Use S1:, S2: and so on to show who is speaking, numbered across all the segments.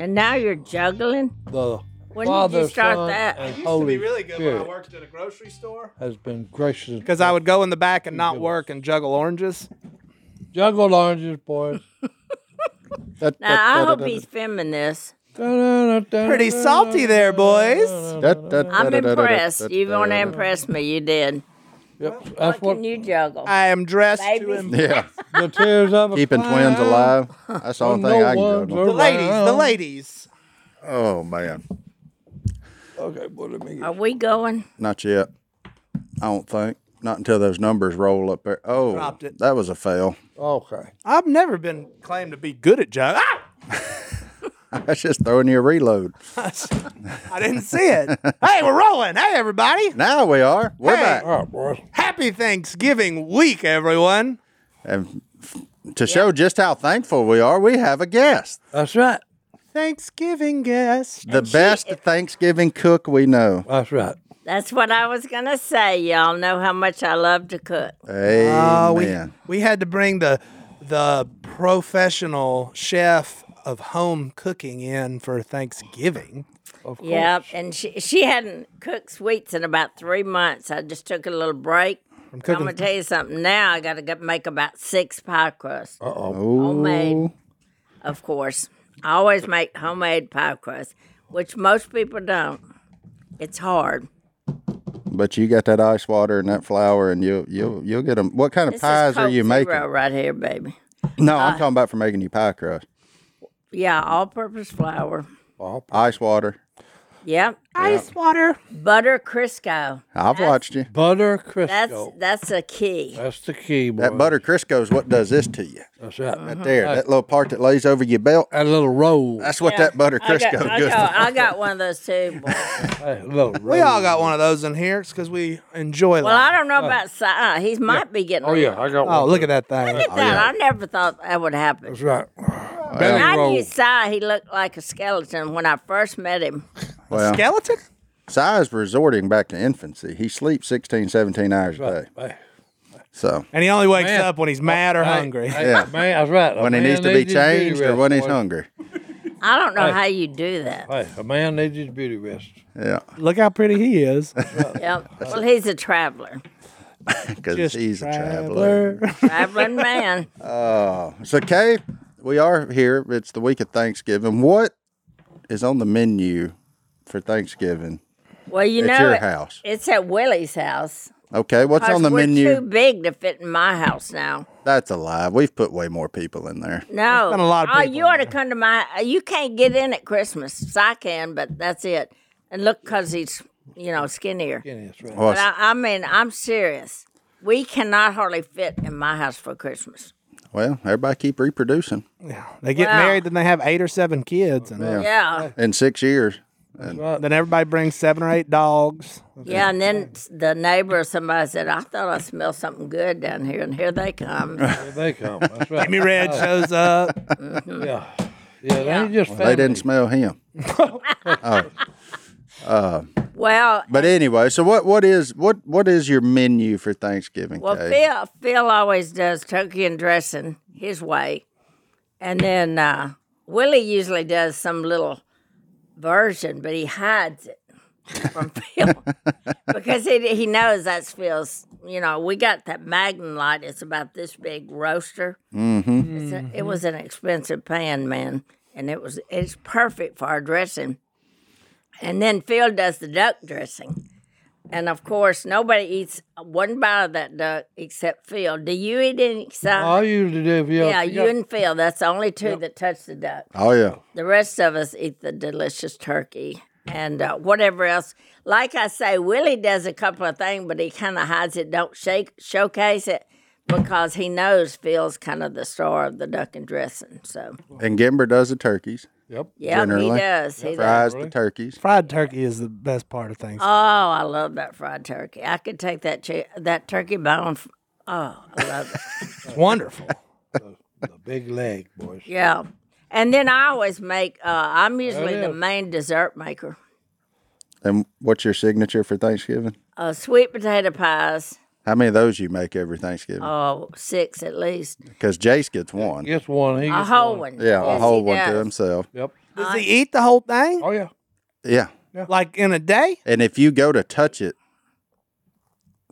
S1: And now you're juggling?
S2: the
S1: When did you
S2: Father,
S1: start
S2: Son,
S1: that?
S2: and
S3: It used
S2: Holy
S3: to be really good
S2: Spirit
S3: when I worked at a grocery store
S2: has been gracious
S3: because I would go in the back and not work and juggle oranges.
S2: juggled oranges, boys. That-
S1: Now, I
S2: that-
S1: hope
S2: that-
S1: he's feminist.
S2: da-da-da-da-da.
S3: Pretty salty there, boys.
S2: That- that-
S1: I'm
S2: da-da-da-da-da-da.
S1: impressed. You want to impress me? You did.
S2: Yep,
S1: What
S2: That's
S1: can
S2: what
S1: you juggle?
S3: I am dressed to
S1: Baby.
S3: impress
S4: Yeah,
S2: the tears of a
S4: keeping
S2: clown.
S4: twins alive. That's the only
S2: When
S4: thing
S2: no
S4: I can
S2: one's
S4: do.
S3: the
S2: around.
S3: ladies. The ladies.
S4: Oh man,
S2: Okay, boy, let me get
S1: Are we going?
S4: not yet. I don't think. Not until those numbers roll up there. Oh,
S3: Dropped it.
S4: that was a fail.
S2: Okay.
S3: I've never been claimed to be good at Ah! juggling.
S4: That's just throwing you a reload.
S3: I didn't see it. hey, we're rolling. Hey, everybody.
S4: Now we are. We're
S3: Hey.
S4: back.
S2: All right, boys.
S3: Happy Thanksgiving week, everyone.
S4: And to show just how thankful we are, we have a guest.
S2: That's right.
S3: Thanksgiving guest.
S4: The best Thanksgiving cook we know.
S2: That's right.
S1: That's what I was going to say. Y'all know how much I love to cook.
S4: Amen.
S3: Oh, we, we had to bring the the professional chef of home cooking in for Thanksgiving.
S1: Yep. And she, she hadn't cooked sweets in about three months. I just took a little break. I'm,
S3: cooking-
S1: going to tell you something now. I got to make about six pie crusts. Homemade,
S4: Oh.
S1: of course. I always make homemade pie crust, which most people don't. It's hard.
S4: But you got that ice water and that flour, and you'll you'll you'll get them. What kind of
S1: This is
S4: pies are
S1: Coke
S4: you making?
S1: Zero right here, baby.
S4: No, I'm
S1: Uh.
S4: talking about for making you pie crust.
S1: Yeah, all-purpose flour.
S4: Ice water.
S1: Yep.
S3: Ice water.
S1: Butter Crisco.
S4: I've watched you.
S2: Butter Crisco.
S1: That's
S2: That's,
S1: that's a key.
S2: the key, boy.
S4: That butter Crisco is what does this to you.
S2: That's right.
S4: Right there,
S1: Uh-huh.
S4: that little part that lays over your belt.
S2: That little roll.
S4: That's what that butter
S1: I
S4: Crisco
S1: got, I,
S4: does.
S1: got, I got one of those too. boy.
S2: That little roll.
S3: We all got one of those in here. It's because we enjoy
S1: Well, I
S3: life.
S1: don't know about Cy. He might be getting.
S2: Oh, yeah. I got one.
S3: Oh, look at that thing.
S1: Look at that. I never thought that would happen.
S2: That's right.
S1: When
S2: Belly
S1: I
S2: roll.
S1: knew Cy. He looked like a skeleton when I first met him.
S4: Well,
S3: Skeleton?
S4: size resorting back to infancy. He sleeps 16, 17 hours a day.
S2: Hey,
S4: So
S3: And he only wakes
S2: Man. Oh,
S3: up when he's mad or
S2: hey,
S3: hungry.
S2: hey, Man, that's right. A
S4: when he
S2: man
S4: needs to be
S2: his beauty
S4: changed or
S2: rest,
S4: when he's
S2: boy.
S4: hungry.
S1: I don't know how you do that.
S2: Hey, a man needs his beauty rest.
S4: Yeah,
S3: Look how pretty he is.
S1: Yep. Well, he's a traveler,
S4: because
S3: Just
S4: he's a traveler.
S3: traveler.
S1: traveling man.
S4: So, Kay, we are here. It's the week of Thanksgiving. What is on the menu for Thanksgiving?
S1: Well, you
S4: At
S1: know,
S4: your
S1: it-
S4: house.
S1: It's at Willie's house.
S4: Okay, what's
S1: 'cause
S4: on the
S1: we're
S4: menu?
S1: Too big to fit in my house now.
S4: That's a lie. We've put way more people in there.
S1: No,
S3: been a lot of
S1: oh,
S3: people
S1: you ought to come to my. uh, You can't get in at Christmas. So I can, but that's it. And look, cause he's you know skinnier.
S2: Yeah, that's right.
S4: Well,
S1: But I, I mean, I'm serious. We cannot hardly fit in my house for Christmas.
S4: well, everybody keep reproducing
S3: They get
S1: Wow.
S3: married, then they have eight or seven kids, and
S1: Yeah,
S4: in six years.
S3: then everybody brings seven or eight dogs.
S1: yeah. And then s- the neighbor or somebody said, "I thought I smelled something good down here," and here they come.
S2: Here they come. That's right.
S3: Jimmy Red shows up.
S2: Yeah. Yeah, they ain't just
S4: They
S2: family.
S4: didn't smell him.
S1: Well,
S4: But anyway, so what? What is what? What is your menu for Thanksgiving?
S1: Well,
S4: Kay?
S1: Phil Phil always does turkey and dressing his way, and then uh, Willie usually does some little version, but he hides it. from Phil because he he knows that's Phil's. You know, we got that Magnum light. It's about this big roaster. Mm-hmm. It's a, it was an expensive pan, man, and it was it's perfect for our dressing. And then Phil does the duck dressing, and of course nobody eats one bite of that duck except Phil. Do you eat any?
S2: I
S1: Excitement?
S2: usually do. if
S1: Oh, yeah,
S2: if
S1: you and Phil. That's the only two that touch the duck.
S4: Oh yeah.
S1: The rest of us eat the delicious turkey and uh, whatever else. Like I say, Willie does a couple of things, but he kind of hides it, don't shake, showcase it because he knows Phil's kind of the star of the duck and dressing. So,
S4: And Gimber does the turkeys.
S2: Yep.
S1: yeah, he
S4: Generally.
S1: does. He does.
S4: Fries the turkeys.
S3: Fried turkey is the best part of things.
S1: Oh, I love that fried turkey. I could take that chi- that turkey bone. f- Oh, I love it.
S3: It's wonderful.
S2: The big leg, boys.
S1: yeah. And then I always make, uh, I'm usually
S2: it
S1: the
S2: is.
S1: main dessert maker.
S4: And what's your signature for Thanksgiving?
S1: Uh, sweet potato pies,
S4: How many of those you make every Thanksgiving?
S1: oh, six at least.
S4: Because Jace gets one. Yeah,
S2: Gets one. He
S1: A
S2: gets
S1: whole
S2: one.
S1: one.
S4: a
S1: Yes,
S4: whole
S1: he
S4: one to
S1: does.
S4: himself.
S2: Yep.
S3: Does he eat the whole thing?
S2: Oh yeah.
S4: Yeah.
S3: Like in a day?
S4: And if you go to touch it,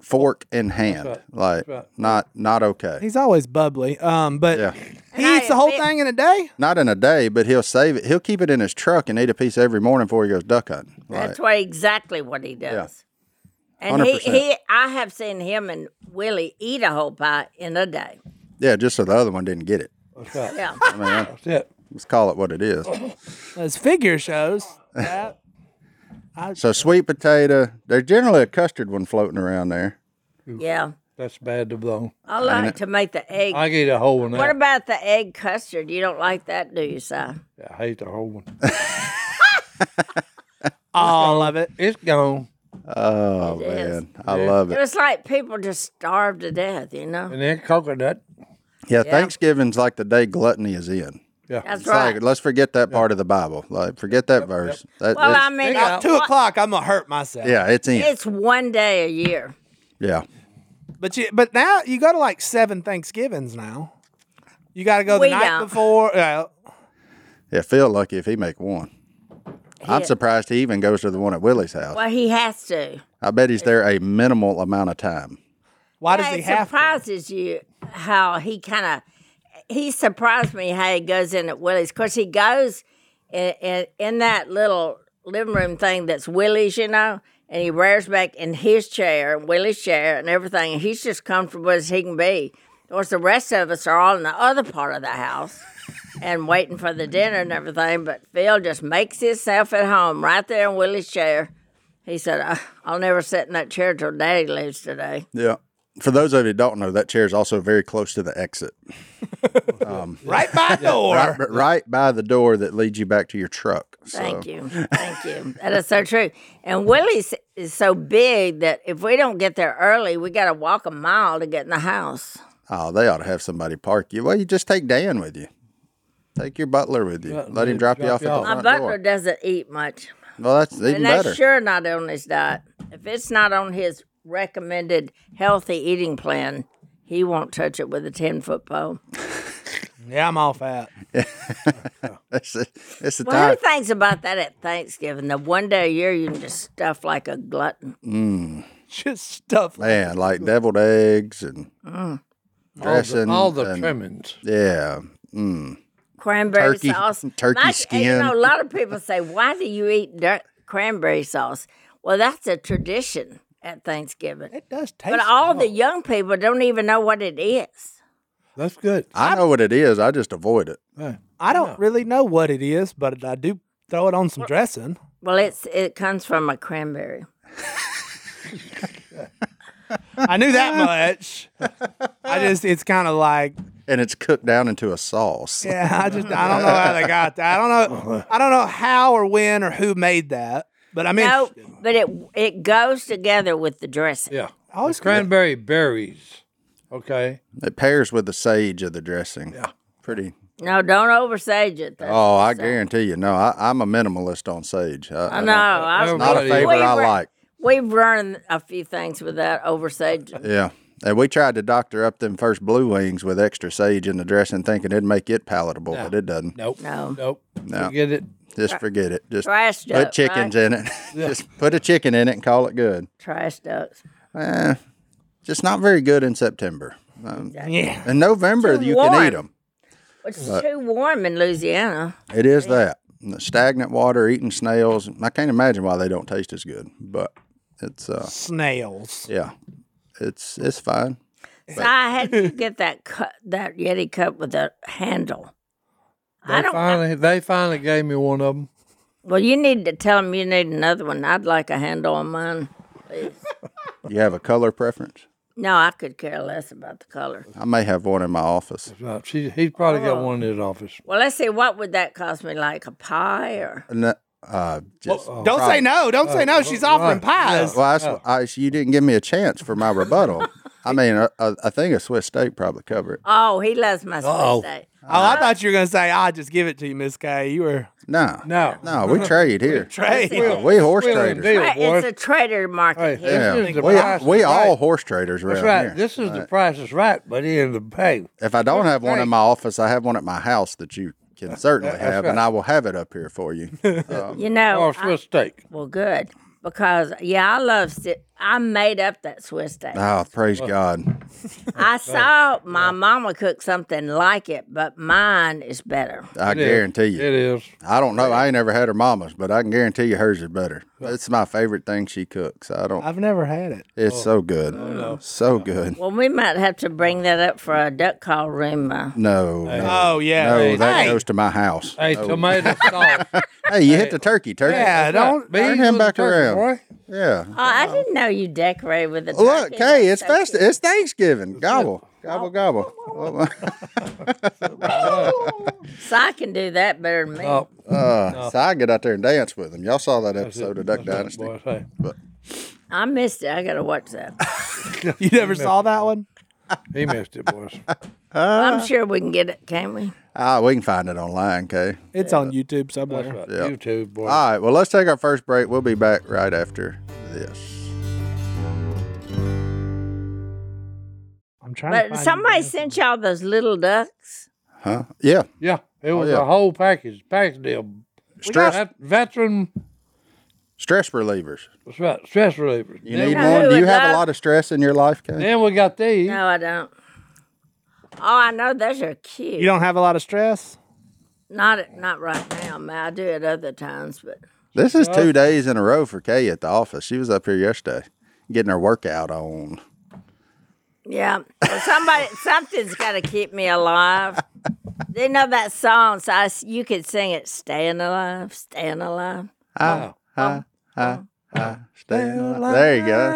S4: fork in hand, like
S2: right.
S4: not not okay.
S3: He's always bubbly. Um, but
S4: Yeah.
S1: And I
S3: he eats the whole
S1: admit-
S3: thing in a day?
S4: not in a day, but he'll save it. He'll keep it in his truck and eat a piece every morning before he goes duck hunting. Like,
S1: That's why exactly what he does. And he,
S4: 100%.
S1: he, I have seen him and Willie eat a whole pie in a day.
S4: yeah, just so the other one didn't get it.
S2: That's right.
S1: Yeah.
S4: I mean, I-
S2: That's it.
S4: let's call it what it is.
S3: As figure shows. that-
S4: So sweet potato. There's generally a custard one floating around there.
S1: yeah.
S2: That's bad to blow.
S1: I like to make the egg.
S2: I get a whole one.
S1: what
S2: Out.
S1: about the egg custard? You don't like that, do you, Si?
S2: I hate the whole one.
S3: All of it.
S2: It's gone.
S4: Oh
S1: It is.
S4: man, I love
S1: It
S4: it.
S1: was like people just starved to death, you know?
S2: And then coconut.
S4: Yeah, Thanksgiving's like the day gluttony is in.
S2: Yeah.
S1: That's
S4: It's like
S1: right.
S4: let's forget that part of the Bible. Like forget that verse. That-
S1: Well,
S4: it's-
S1: I mean, uh,
S3: At two o'clock, I'm gonna hurt myself.
S4: yeah, it's in.
S1: it's one day a year.
S4: yeah,
S3: But you, but now you go to like seven Thanksgivings now. You got to go the
S1: We
S3: night
S1: don't.
S3: before. Uh,
S4: yeah. Feel lucky if he make one. I'm surprised he even goes to the one at Willie's house.
S1: Well, he has to.
S4: I bet he's there a minimal amount of time.
S3: why does
S1: Yeah,
S3: he
S1: it
S3: have? to?
S1: surprises you how he kind of he surprised me how he goes in at Willie's. Of course, he goes in, in in that little living room thing that's Willie's, you know, and he rears back in his chair, Willie's chair, and everything. And he's just comfortable as he can be. Of course, the rest of us are all in the other part of the house and waiting for the dinner and everything. But Phil just makes himself at home right there in Willie's chair. He said, "Uh, "I'll never sit in that chair till Daddy leaves today."
S4: Yeah. For those of you that don't know, that chair is also very close to the exit,
S3: Right by door.
S4: right, right by the door that leads you back to your truck. So,
S1: Thank you. Thank you. That is so true. And Willie's is so big that if we don't get there early, we got to walk a mile to get in the house.
S4: Oh, they ought to have somebody park you. Well, you just take Dan with you. Take your butler with you. Let him drop, you
S2: drop
S4: off at
S2: you
S4: the
S2: off.
S1: My
S4: front
S1: butler
S4: door.
S1: doesn't eat much.
S4: Well, that's even
S1: And that's
S4: better.
S1: sure not on his diet. If it's not on his recommended healthy eating plan, he won't touch it with a 10 foot pole.
S3: Yeah, I'm all fat.
S4: It's the, it's the
S1: Well, who
S4: time.
S1: thinks about that at Thanksgiving? The one day a year you can just stuff like a glutton.
S3: Just stuff.
S4: Man, like deviled eggs and
S2: Mm. All
S4: dressing.
S2: the, all the
S4: and-
S2: trimmings.
S4: Yeah. Mm.
S1: cranberry
S4: Turkey-
S1: sauce,
S4: turkey
S1: My-
S4: skin.
S1: You know, a lot of people say, "Why do you eat dirt cranberry sauce?" Well, that's a tradition at Thanksgiving,
S3: It does taste.
S1: but all the young people don't even know what it is.
S2: That's good.
S4: I know what it is. I just avoid it.
S2: Yeah.
S3: I don't really know what it is, but I do throw it on some dressing.
S1: Well, it's it comes from a cranberry.
S3: I knew that much. I just, it's kind of like,
S4: And it's cooked down into a sauce.
S3: yeah, I just, I don't know how they got that. I don't know, I don't know how or when or who made that. But I mean,
S1: No, but it it goes together with the dressing.
S2: Yeah.
S3: I always
S2: Cranberry berries. Okay.
S4: It pairs with the sage of the dressing. Yeah. Pretty.
S1: No, don't oversage it. Though.
S4: Oh, I guarantee you. No, I, I'm a minimalist on sage. I,
S1: I
S4: don't-
S1: know. I was
S4: Not a
S2: Everybody-
S4: favorite
S1: We've
S4: I
S1: run-
S4: like.
S1: We've run a few things with that oversage.
S4: Yeah. And we tried to doctor up them first blue wings with extra sage in the dressing, thinking it'd make it palatable, but it doesn't.
S2: Nope.
S1: No.
S2: Nope.
S4: No.
S2: Forget it.
S4: Just forget it. Just
S1: Trash
S4: put
S1: duck,
S4: chickens
S1: right?
S4: in it. Just put a chicken in it and call it good.
S1: Trash ducks.
S4: Eh, just not very good in September. Um,
S3: Yeah.
S4: in November,
S1: Too
S4: you can
S1: warm.
S4: eat them.
S1: It's too warm in Louisiana.
S4: It is that The stagnant water, eating snails. I can't imagine why they don't taste as good, but it's uh,
S3: Snails.
S4: yeah, it's it's fine.
S1: So I had to get that cu- that Yeti cup with a handle. I
S2: They
S1: don't.
S2: finally, they finally gave me one of them.
S1: well, you need to tell them you need another one. I'd like a handle on mine.
S4: You have a color preference?
S1: No, I could care less about the color.
S4: I may have one in my office.
S2: Uh, She, he's probably got
S1: Oh.
S2: one in his office.
S1: Well, let's see. What would that cost me? Like a pie or?
S4: No, uh, just,
S2: Oh,
S4: well,
S3: Don't say no. Don't say no. She's offering pies.
S4: that's, I, you didn't give me a chance for my rebuttal. I mean, I, I think a Swiss steak probably cover it.
S1: Oh, he loves my
S3: Uh-oh.
S1: sweet steak.
S3: Oh, I thought you were gonna say I'll just give it to you, Miss K. You were
S4: No,
S2: No.
S4: no, we trade here.
S3: trade.
S4: Uh, we horse
S2: Wheel and
S4: traders.
S2: deal,
S1: Right,
S2: boy.
S1: It's a trader market
S2: Hey,
S1: here.
S4: Yeah,
S2: This is the price
S4: we, we
S2: is
S4: all
S2: right.
S4: horse traders around
S2: That's right.
S4: here.
S2: This is the price is right, but it is the pay.
S4: If I don't have one
S2: Right.
S4: in my office, I have one at my house that you can certainly
S2: that's
S4: have, and
S2: right.
S4: I will have it up here for you. Um,
S1: You know,
S2: Or
S1: I-
S2: Swiss steak.
S1: well, good because yeah, I love. Sti- I made up that Swiss steak.
S4: oh, praise God!
S1: I saw my mama cook something like it, but mine is better.
S4: I guarantee
S2: It
S4: you.
S2: is.
S4: I don't know. I ain't never had her mama's, but I can guarantee you hers is better. It's my favorite thing she cooks. I don't.
S3: I've never had it.
S4: It's so good. So good.
S1: Well, we might have to bring that up for a duck call room. Uh,
S4: No, no,
S3: Oh yeah.
S4: no, that
S3: Hey,
S4: goes to my house.
S2: Hey, tomato sauce.
S4: Hey, you hit the turkey, turkey.
S3: Yeah, don't.
S2: Beans
S4: Turn him
S2: with the
S4: back
S2: turkey,
S4: around.
S2: boy.
S4: Yeah.
S1: oh, I didn't know you decorated with a turkey.
S4: Look, hey, it's
S1: That's so
S4: fast.
S1: cute. Oh,
S4: It's Thanksgiving. Gobble, gobble, gobble.
S1: So I can do that better than me.
S2: Oh,
S4: Uh, so I get out there and dance with him. Y'all saw that episode of Duck Dynasty.
S2: boy, hey.
S1: I missed it. I gotta watch that.
S3: Uh, You never saw that one?
S2: He missed it, boys.
S1: I'm sure we can get it, can we?
S4: Ah, we can find it online, Kay.
S3: It's on YouTube somewhere.
S2: That's right. YouTube, boy.
S4: All right, well, let's take our first break. We'll be back right after this.
S3: I'm trying to
S1: But
S3: find
S1: somebody sent y'all those little ducks.
S4: Huh? Yeah.
S2: Yeah, it was
S4: oh, yeah.
S2: a whole package, package deal.
S4: Stress
S2: Vet- veteran
S4: stress relievers.
S2: that's right, stress relievers.
S4: You
S2: then,
S4: need
S1: know
S4: one?
S1: who
S4: Do you
S1: would
S4: have a
S1: love-
S4: lot of stress in your life, Kay?
S2: then we got these.
S1: No, I don't. Oh, I know those are cute.
S3: You don't have a lot of stress.
S1: Not not right now, man. I do it other times, but
S4: This is two days in a row for Kay at the office. She was up here yesterday getting her workout on.
S1: Yeah. Well, somebody, something's got to keep me alive. They know that song, so I s you could sing it, "Staying Alive, Staying Alive."
S4: Ah, ah, ah, ah, staying alive. There you go.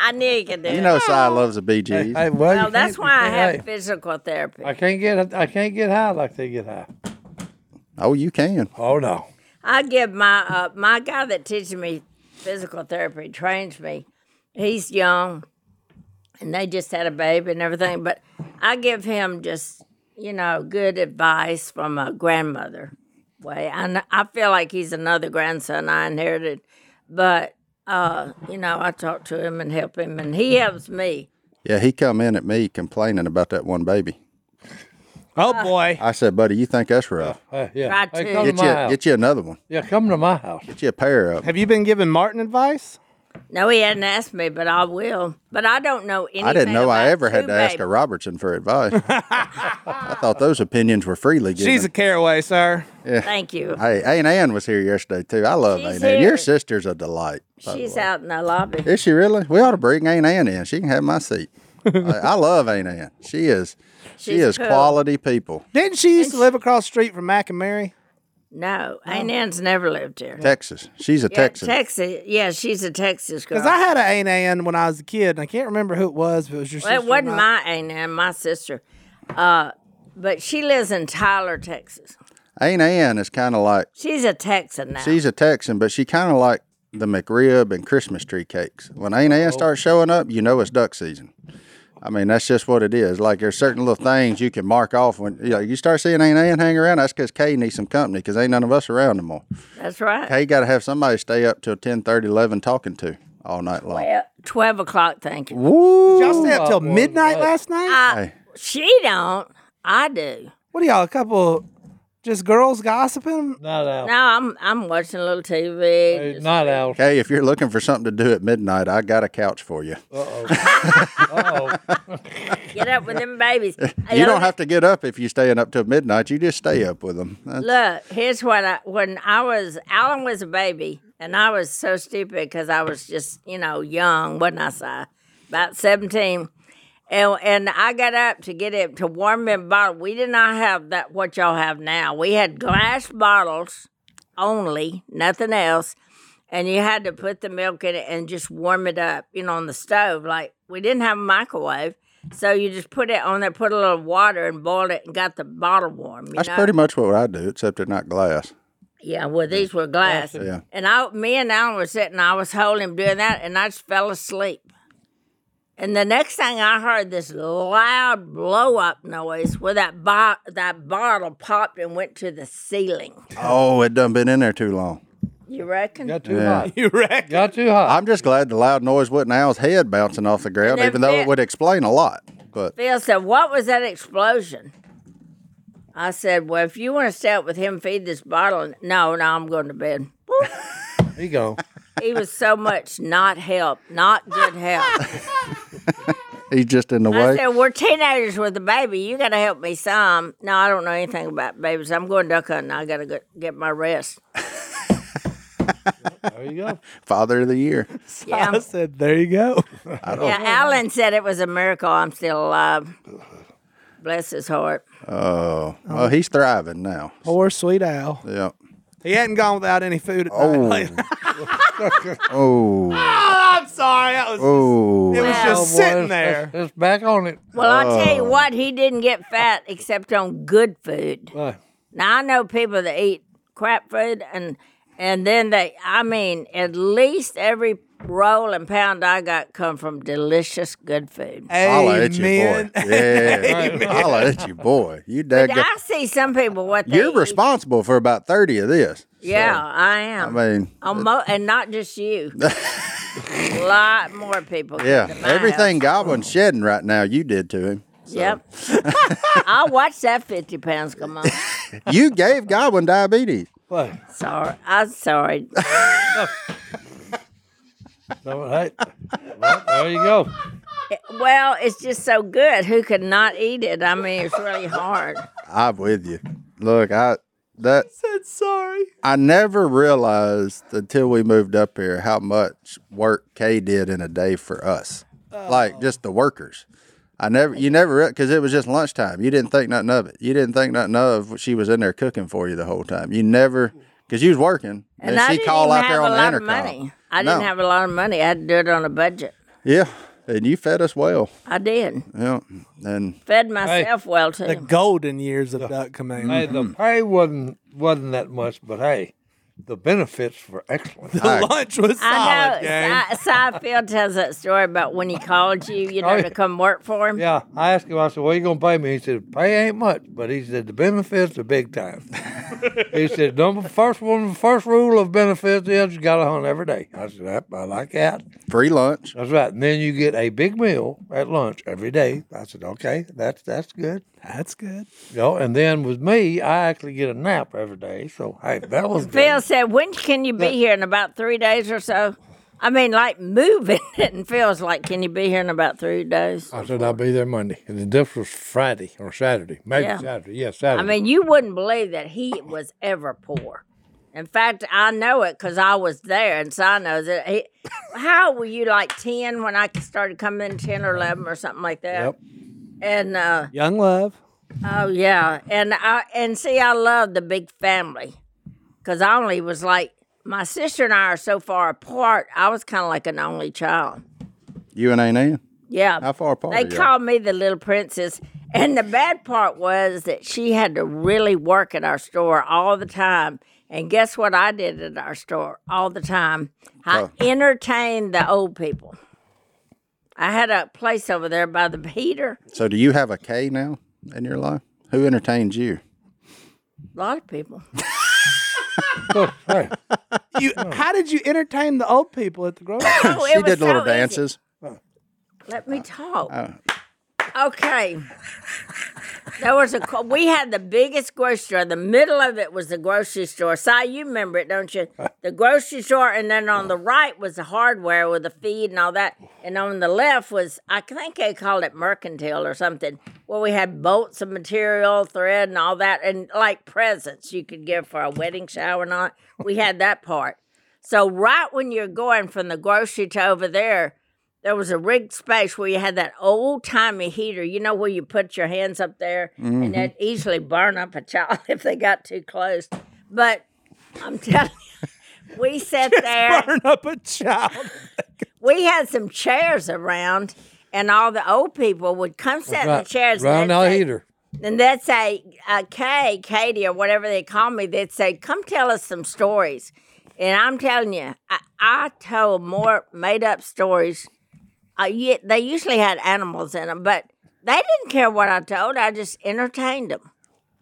S1: I knew you could do
S4: You
S1: it.
S4: know, Cy loves the BGs.
S2: Hey, well, you
S1: well, that's
S2: can't-
S1: why I have
S2: hey,
S1: physical therapy.
S2: I can't get I can't get high like they get high.
S4: Oh, you can.
S2: Oh no.
S1: I give my uh, my guy that teaches me physical therapy trains me. He's young, and they just had a baby and everything. But I give him just you know good advice from a grandmother way. I kn- I feel like he's another grandson I inherited, but uh, you know I talk to him and help him, and he helps me.
S4: Yeah, he come in at me complaining about that one baby.
S3: Oh boy.
S4: I said, buddy, you think that's rough?
S2: Hey, yeah.
S1: Right
S2: Hey,
S1: to-
S2: come to
S4: Get
S2: my
S4: you,
S2: house.
S4: get you another one.
S2: yeah, come to my house.
S4: Get you a pair of. 'em.
S3: Have you been giving Martin advice?
S1: No, he hadn't asked me, but I will. But I don't know anything.
S4: I didn't know I
S1: about
S4: ever had
S1: two
S4: to ask
S1: babies.
S4: a Robertson for advice. I thought those opinions were freely given.
S3: She's a caraway, sir.
S1: Thank you.
S4: hey, Aunt Ann was here yesterday too. I love
S1: She's
S4: Aunt Ann. Your
S1: here.
S4: sister's a delight.
S1: She's out in the lobby.
S4: Is she really? We ought to bring Aunt Ann in. She can have my seat. I, I love Aunt Ann. She is. She
S1: She's
S4: is
S1: cool.
S4: quality people.
S3: Didn't she used to live across the street from Mac and Mary?
S1: No, Aunt Ann's never lived here.
S4: Texas. She's a
S1: Yeah,
S4: Texan.
S1: Texas. Yeah, she's a Texas girl.
S3: Because I had an Aunt Ann when I was a kid, and I can't remember who it was, but it was your
S1: Well,
S3: sister.
S1: it wasn't
S3: and I-
S1: my Aunt Ann, my sister. Uh, but she lives in Tyler, Texas.
S4: Aunt Ann is kind of like
S1: She's a Texan now.
S4: She's a Texan, but she kind of like the McRib and Christmas tree cakes. When Aunt
S1: Oh.
S4: Ann starts showing up, you know it's duck season. I mean, that's just what it is. Like there's certain little things you can mark off when you know you start seeing Aunt Ann hang around. That's because Kay needs some company because ain't none of us around no more.
S1: That's right.
S4: Kay got to have somebody stay up till 10, 11 talking to all night long.
S1: Uh, 12 o'clock thinking.
S4: Woo!
S3: Y'all stay up till midnight last night?
S1: I, she don't. I do.
S3: What are y'all, a couple just girls gossiping?
S2: Not out.
S1: Now I'm I'm watching a little TV.
S2: Hey, Not out.
S4: Hey, if you're looking for something to do at midnight, I got a couch for you.
S1: just Get up with them babies.
S4: You don't have to get up if you're staying up till midnight. You just stay up with them.
S1: Look, here's what I when I was Alan was a baby, and I was so stupid because I was just you know young, wasn't I? Si? About seventeen, and and I got up to get him to warm him bottle. We did not have that what y'all have now. We had glass bottles only, nothing else, and you had to put the milk in it and just warm it up, you know, on the stove. Like we didn't have a microwave. So you just put it on there, put a little water and boiled it, and got the bottle warm. you
S4: That's
S1: know?
S4: pretty much what I do, except they're not glass.
S1: Yeah, well, these were glass.
S4: Yeah.
S1: And I, me and Alan were sitting, I was holding him doing that, and I just fell asleep. And the next thing I heard this loud blow up noise where that, bo- that bottle popped and went to the ceiling.
S4: Oh, it done been in there too long.
S1: You reckon?
S2: Got too hot.
S3: You reckon?
S2: Got too hot.
S4: I'm just glad the loud noise wasn't Al's head bouncing off the ground,
S1: And if
S4: even though
S1: it-
S4: it would explain a lot. But
S1: Phil said, What was that explosion? I said, Well, if you want to stay up with him, feed this bottle. And, no, no, I'm going to bed.
S2: There you go.
S1: He was so much not help, not good help.
S4: he's just in the
S1: I
S4: way.
S1: said, We're teenagers with a baby. You got to help me some. No, I don't know anything about babies. I'm going duck hunting. I got to go get my rest.
S2: There you go.
S4: Father of the year.
S1: Yeah.
S3: I said, there you go.
S1: yeah. Alan said it was a miracle I'm still alive. Bless his heart.
S4: Oh, well, he's thriving now.
S1: Oh.
S3: Poor sweet Al.
S4: Yeah.
S3: He hadn't gone without any food at night.
S4: Oh. oh.
S3: I'm sorry. That was, It
S4: Oh.
S3: was
S1: Wow.
S3: just sitting there.
S2: It's back on it.
S1: Well, I'll tell you what, he didn't get fat except on good food.
S2: Right.
S1: Now, I know people that eat crap food and and then they, I mean, at least every roll and pound I got come from delicious good food.
S4: Holla at you, boy.
S3: Amen.
S4: Yeah. Holla at you, boy. You dag.
S1: I see some people what they
S4: You're
S1: eat.
S4: responsible for about 30 of this.
S1: Yeah, I am.
S4: I mean,
S1: Almo- and not just you. a lot more people. come
S4: yeah.
S1: to my
S4: Everything
S1: house.
S4: Goblin's shedding right now, you did to him.
S1: Yep. I'll watch that 50 pounds come on.
S4: You gave Goblin diabetes.
S2: Right.
S1: Sorry. I'm sorry.
S2: All right. Well, there you go.
S1: Eh, Well, it's just so good. Who could not eat it? I mean, it's really hard.
S4: I'm with you. Look, I that
S3: said sorry.
S4: I never realized until we moved up here how much work Kay did in a day for us, like just
S1: Oh.
S4: the workers. I never, you never, because it was just lunchtime. You didn't think nothing of it. You didn't think nothing of what she was in there cooking for you the whole time. You never, because you was working,
S1: And,
S4: and,
S1: I
S4: she
S1: didn't
S4: called
S1: even
S4: out there
S1: have a
S4: on the
S1: lot of
S4: intercom.
S1: money. I didn't
S4: No.
S1: have a lot of money. I had to do it on a budget.
S4: Yeah, and you fed us well.
S1: I did.
S4: Yeah, and
S1: Fed myself well, too.
S3: The golden years of Duck Command.
S2: Hey, the pay wasn't wasn't that much, but hey, the benefits were excellent.
S3: the lunch was
S1: I know.
S3: solid, gang.
S1: Si- Seinfeld tells that story about when he called you,
S3: Oh,
S1: you know,
S2: yeah.
S1: to come work for him.
S2: Yeah, I asked him. I said, "What you gonna pay me?" He said, "Pay ain't much, but he said the benefits are big time." he said, "Number first one, first rule of benefits is you got to hunt every day." I said, "Yep, "I like that."
S4: free lunch.
S2: That's right. And then you get a big meal at lunch every day. I said, "Okay, that's that's good."
S3: That's good.
S2: You know, and then with me, I actually get a nap every day. So hey, that was
S1: Phil
S2: good.
S1: said, "When can you be here? In about three days or so." I mean, like moving, and Phil's like, "Can you be here in about three days?"
S2: I said I'll be there Monday, and this was Friday or Saturday, maybe
S1: Yeah.
S2: Saturday. Yeah, Saturday.
S1: I mean, you wouldn't believe that he was ever poor. In fact, I know it because I was there, and so I know that. He, how were you like ten when I started coming in, ten or eleven or something like that?
S2: Yep.
S1: And uh,
S3: Young love.
S1: Oh yeah, and I and see, I love the big family, because I only was like my sister and I are so far apart. I was kind of like an only child.
S4: You and Aunt Ann,
S1: Yeah,
S4: how far apart?
S1: they
S4: are y'all?
S1: called me the little princess, and the bad part was that she had to really work at our store all the time. And guess what I did at our store all the time? I entertained the old people. I had a place over there by the heater.
S4: So, do you have a K now in your life? Who entertains you?
S1: A lot of people.
S2: Look, Oh, hey,
S3: you,
S4: Oh.
S3: how did you entertain the old people at the grocery store?
S1: Oh, it
S4: she
S1: was
S4: did little
S1: so easy.
S4: dances.
S1: Let me talk. Okay. There was a co- we had the biggest grocery store. The middle of it was the grocery store. Si, you remember it, don't you? The grocery store, and then on the right was the hardware with the feed and all that. And on the left was I think they called it mercantile or something, where we had bolts of material, thread, and all that, and like presents you could give for a wedding shower and all. We had that part. So right when you're going from the grocery to over there, there was a rigged space where you had that old timey heater, you know, where you put your hands up there
S3: Mm-hmm.
S1: and that easily burn up a child if they got too close. But I'm telling you, we sat there.
S3: Burn up a child.
S1: We had some chairs around, and all the old people would come sit in the chairs. and
S2: Round
S1: they'd
S2: out
S1: say-
S2: heater.
S1: and they'd say, uh, Kay, Katie, or whatever they call me, they'd say, come tell us some stories. And I'm telling you, I, I told more made up stories. Uh, ye- they usually had animals in them, but they didn't care what I told. I just entertained them.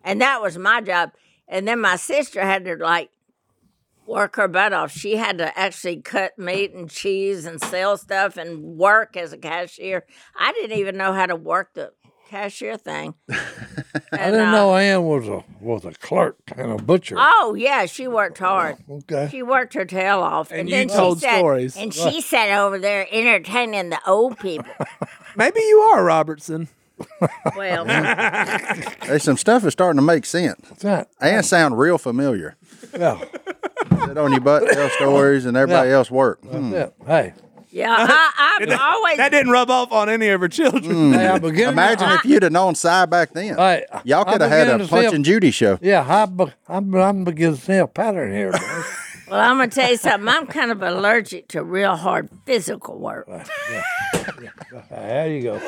S1: And that was my job. And then my sister had to like work her butt off. She had to actually cut meat and cheese and sell stuff and work as a cashier. I didn't even know how to work the cashier thing.
S2: I
S1: uh,
S2: didn't know Ann was a was a clerk and a butcher.
S1: Oh yeah, she worked hard.
S2: okay.
S1: She worked her tail off, and,
S3: you
S1: then
S3: told
S1: she sat,
S3: stories.
S1: And she sat over there entertaining the old people.
S3: Maybe you are Robertson.
S1: Well,
S4: There's some stuff is starting to make sense.
S2: What's that?
S4: And sound real familiar.
S2: Yeah.
S4: Sit on your butt, tell stories, and everybody else work. Hmm.
S2: yeah. Hey.
S1: yeah, I, I've always
S3: That didn't rub off on any of her children.
S2: Hey, I'm beginning.
S4: Imagine if you'd have known Cy back then.
S2: Hey,
S4: Y'all
S2: I'm
S4: could have had
S2: beginning to
S4: a
S2: see
S4: Punch and Judy show.
S2: yeah, I be, I'm, I'm beginning to see a pattern here. man.
S1: well, I'm gonna tell you something. I'm kind of allergic to real hard physical work.
S2: there you go.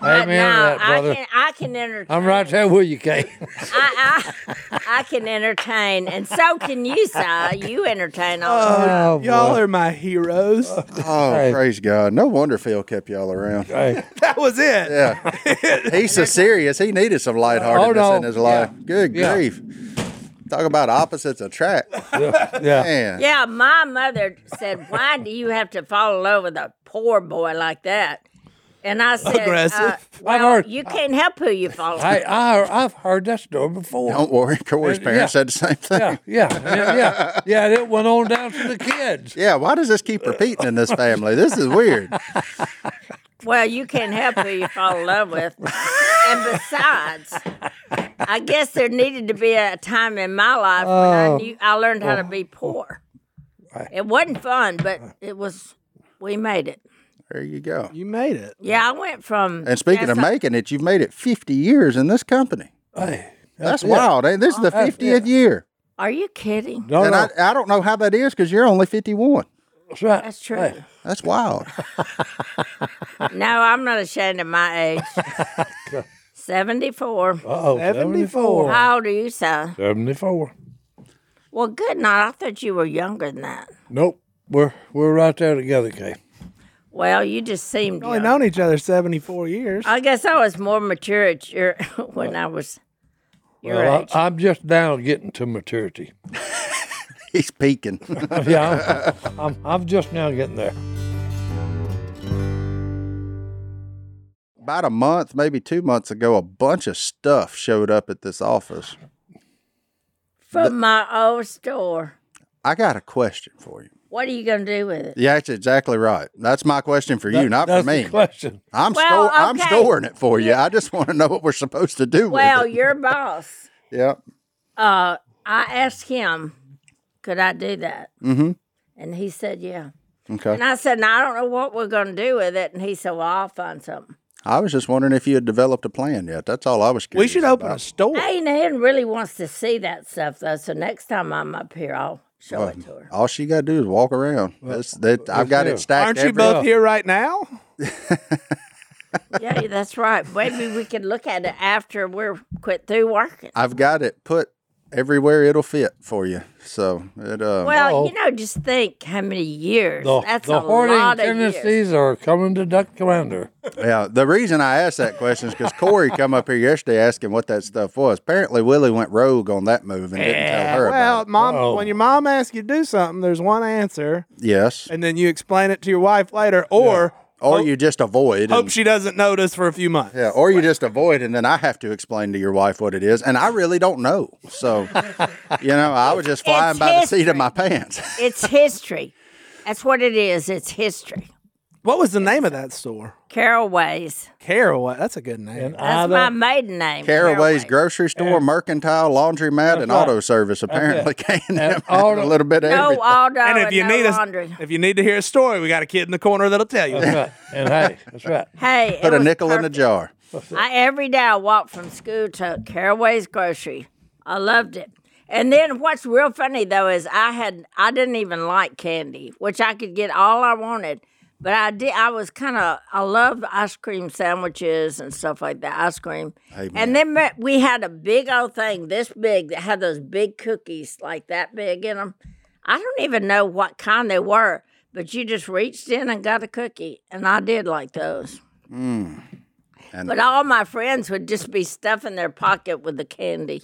S1: But
S2: Amen to
S1: now
S2: that,
S1: I
S2: brother.
S1: can I can entertain.
S2: I'm right there with you, Kate.
S1: I, I, I can entertain, and so can you, Si. You entertain all. the time.
S2: Oh,
S4: Hmm.
S3: Y'all
S2: boy.
S3: are my heroes.
S4: Oh,
S2: Hey.
S4: praise God. No wonder Phil kept y'all around.
S2: Hey,
S3: that was it.
S4: Yeah. He's so serious. He needed some lightheartedness
S2: Hold on.
S4: in his life.
S2: Yeah.
S4: Good
S2: Yeah.
S4: grief. Talk about opposites attract.
S2: yeah.
S4: Man.
S1: Yeah, my mother said, "Why do you have to fall in love with a poor boy like that?" And I said,
S3: Aggressive.
S1: Uh,
S3: I've
S1: well,
S2: heard-
S1: you can't help who you fall. in love
S2: Hey, I, I've heard that story before.
S4: Don't worry. Corey's
S2: Yeah.
S4: parents said the same thing.
S2: Yeah,
S4: Yeah.
S2: yeah, yeah, yeah, yeah. And it went on down to the kids.
S4: Why does this keep repeating in this family? This is weird.
S1: with. Well, you can't help who you fall in love with. and besides, I guess there needed to be a time in my life
S2: Oh.
S1: when I knew I learned how to be poor. It wasn't fun, but it was. We made it.
S4: There you go.
S3: You made it.
S1: Yeah, I went from.
S4: And speaking of
S1: That's-
S4: making it, you've made it 50 years in this company.
S2: Hey,
S4: That's wild. ain't it? This is the
S2: That's it.
S4: 50th year.
S1: are you kidding?
S2: no,
S4: And
S2: no,
S4: I, I don't know how that is because you're only 51.
S2: that's right.
S1: That's true.
S2: Hey,
S4: That's wild.
S1: No, I'm not ashamed of my age. 74.
S2: uh-oh, Oh.
S3: 74.
S1: How old are you, son?
S2: 74.
S1: Well, good night. I thought you were younger than that.
S2: Nope. We're we're right there together, Kay.
S1: Well, you just seemed.
S3: We've only
S1: young.
S3: known each other 74 years.
S1: I guess I was more mature at your when I was your
S2: Well,
S1: age.
S2: I, I'm just now getting to maturity.
S4: He's peaking.
S2: yeah, I'm, I'm, I'm just now getting there.
S4: About a month, maybe two months ago, a bunch of stuff showed up at this office.
S1: From my old store.
S4: I got a question for you.
S1: What are you going to do with it?
S4: Yeah, that's exactly right. That's my question for you, not for
S2: That's
S4: me.
S2: the question.
S4: I'm
S1: Well,
S4: store- I'm
S1: okay.
S4: storing it for you. I just want to know what we're supposed to do
S1: Well,
S4: with it.
S1: your boss.
S4: Yeah.
S1: Uh, I asked him, could I do that? Mm-hmm. And he said, yeah.
S4: Okay.
S1: And I said, "No, I don't know what we're going to do with it. And he said, well, I'll find something.
S4: I was just wondering if you had developed a plan yet. That's all I was curious.
S3: we should open a
S4: about.
S3: store.
S1: Hey, Nan really wants to see that stuff, though. So next time I'm up here, I'll show it to her.
S4: Oh, All she got to do is walk around. That's, that, I've got
S2: yeah.
S4: it stacked.
S3: Aren't you
S4: every-
S3: both here right now?
S1: yeah, that's right. Maybe we can look at it after we're quit through working.
S4: I've got it put everywhere it'll fit for you. So it uh
S3: Oh.
S1: Well, you know, just think how many years.
S2: The,
S1: That's
S2: the
S1: a
S2: hoarding
S1: lot of years.
S2: tendencies are coming to Duck Commander.
S4: yeah. The reason I asked that question is because Corey come up here yesterday asking what that stuff was. Apparently Willie went rogue on that move and didn't tell her
S3: Well,
S4: about. It. Oh.
S3: mom,
S2: Uh-oh.
S3: when your mom asks you to do something, there's one answer,
S4: Yes,
S3: and then you explain it to your wife later, or
S4: or you just avoid.
S3: hope
S4: and-
S3: she doesn't notice for a few months.
S4: Yeah, or you just avoid, and then I have to explain to your wife what it is, and I really don't know. So, you know, I was just flying
S1: It's
S4: by the seat
S1: history.
S4: of my pants.
S1: It's history. That's what it is. It's history.
S3: What was the name of that store?
S1: Caroways.
S3: Caraway. That's a good name.
S2: And
S1: That's
S2: I
S1: my
S2: don't-
S1: maiden name.
S4: Caraway's grocery store, mercantile, laundromat, and auto service apparently came and
S2: all
S4: a
S2: the-
S4: little bit of
S1: No
S4: everything.
S1: Aldo and,
S3: And if you
S1: no
S3: need
S1: laundry.
S3: a, if you need to hear a story, we got a kid in the corner that'll tell you.
S2: That's right. And hey, that's right.
S1: hey, it
S4: Put a
S1: was
S4: nickel in a
S1: perfect.
S4: jar.
S1: I every day I walked from school to Caraway's grocery. I loved it. And then what's real funny though is I had I didn't even like candy, which I could get all I wanted. But I did I was kind of I loved ice cream sandwiches and stuff like that, ice cream. And then ma- we had a big old thing this big that had those big cookies like that big in them. I don't even know what kind they were, but you just reached in and got a cookie, and I did like those. But all my friends would just be stuffing their pocket with the candy.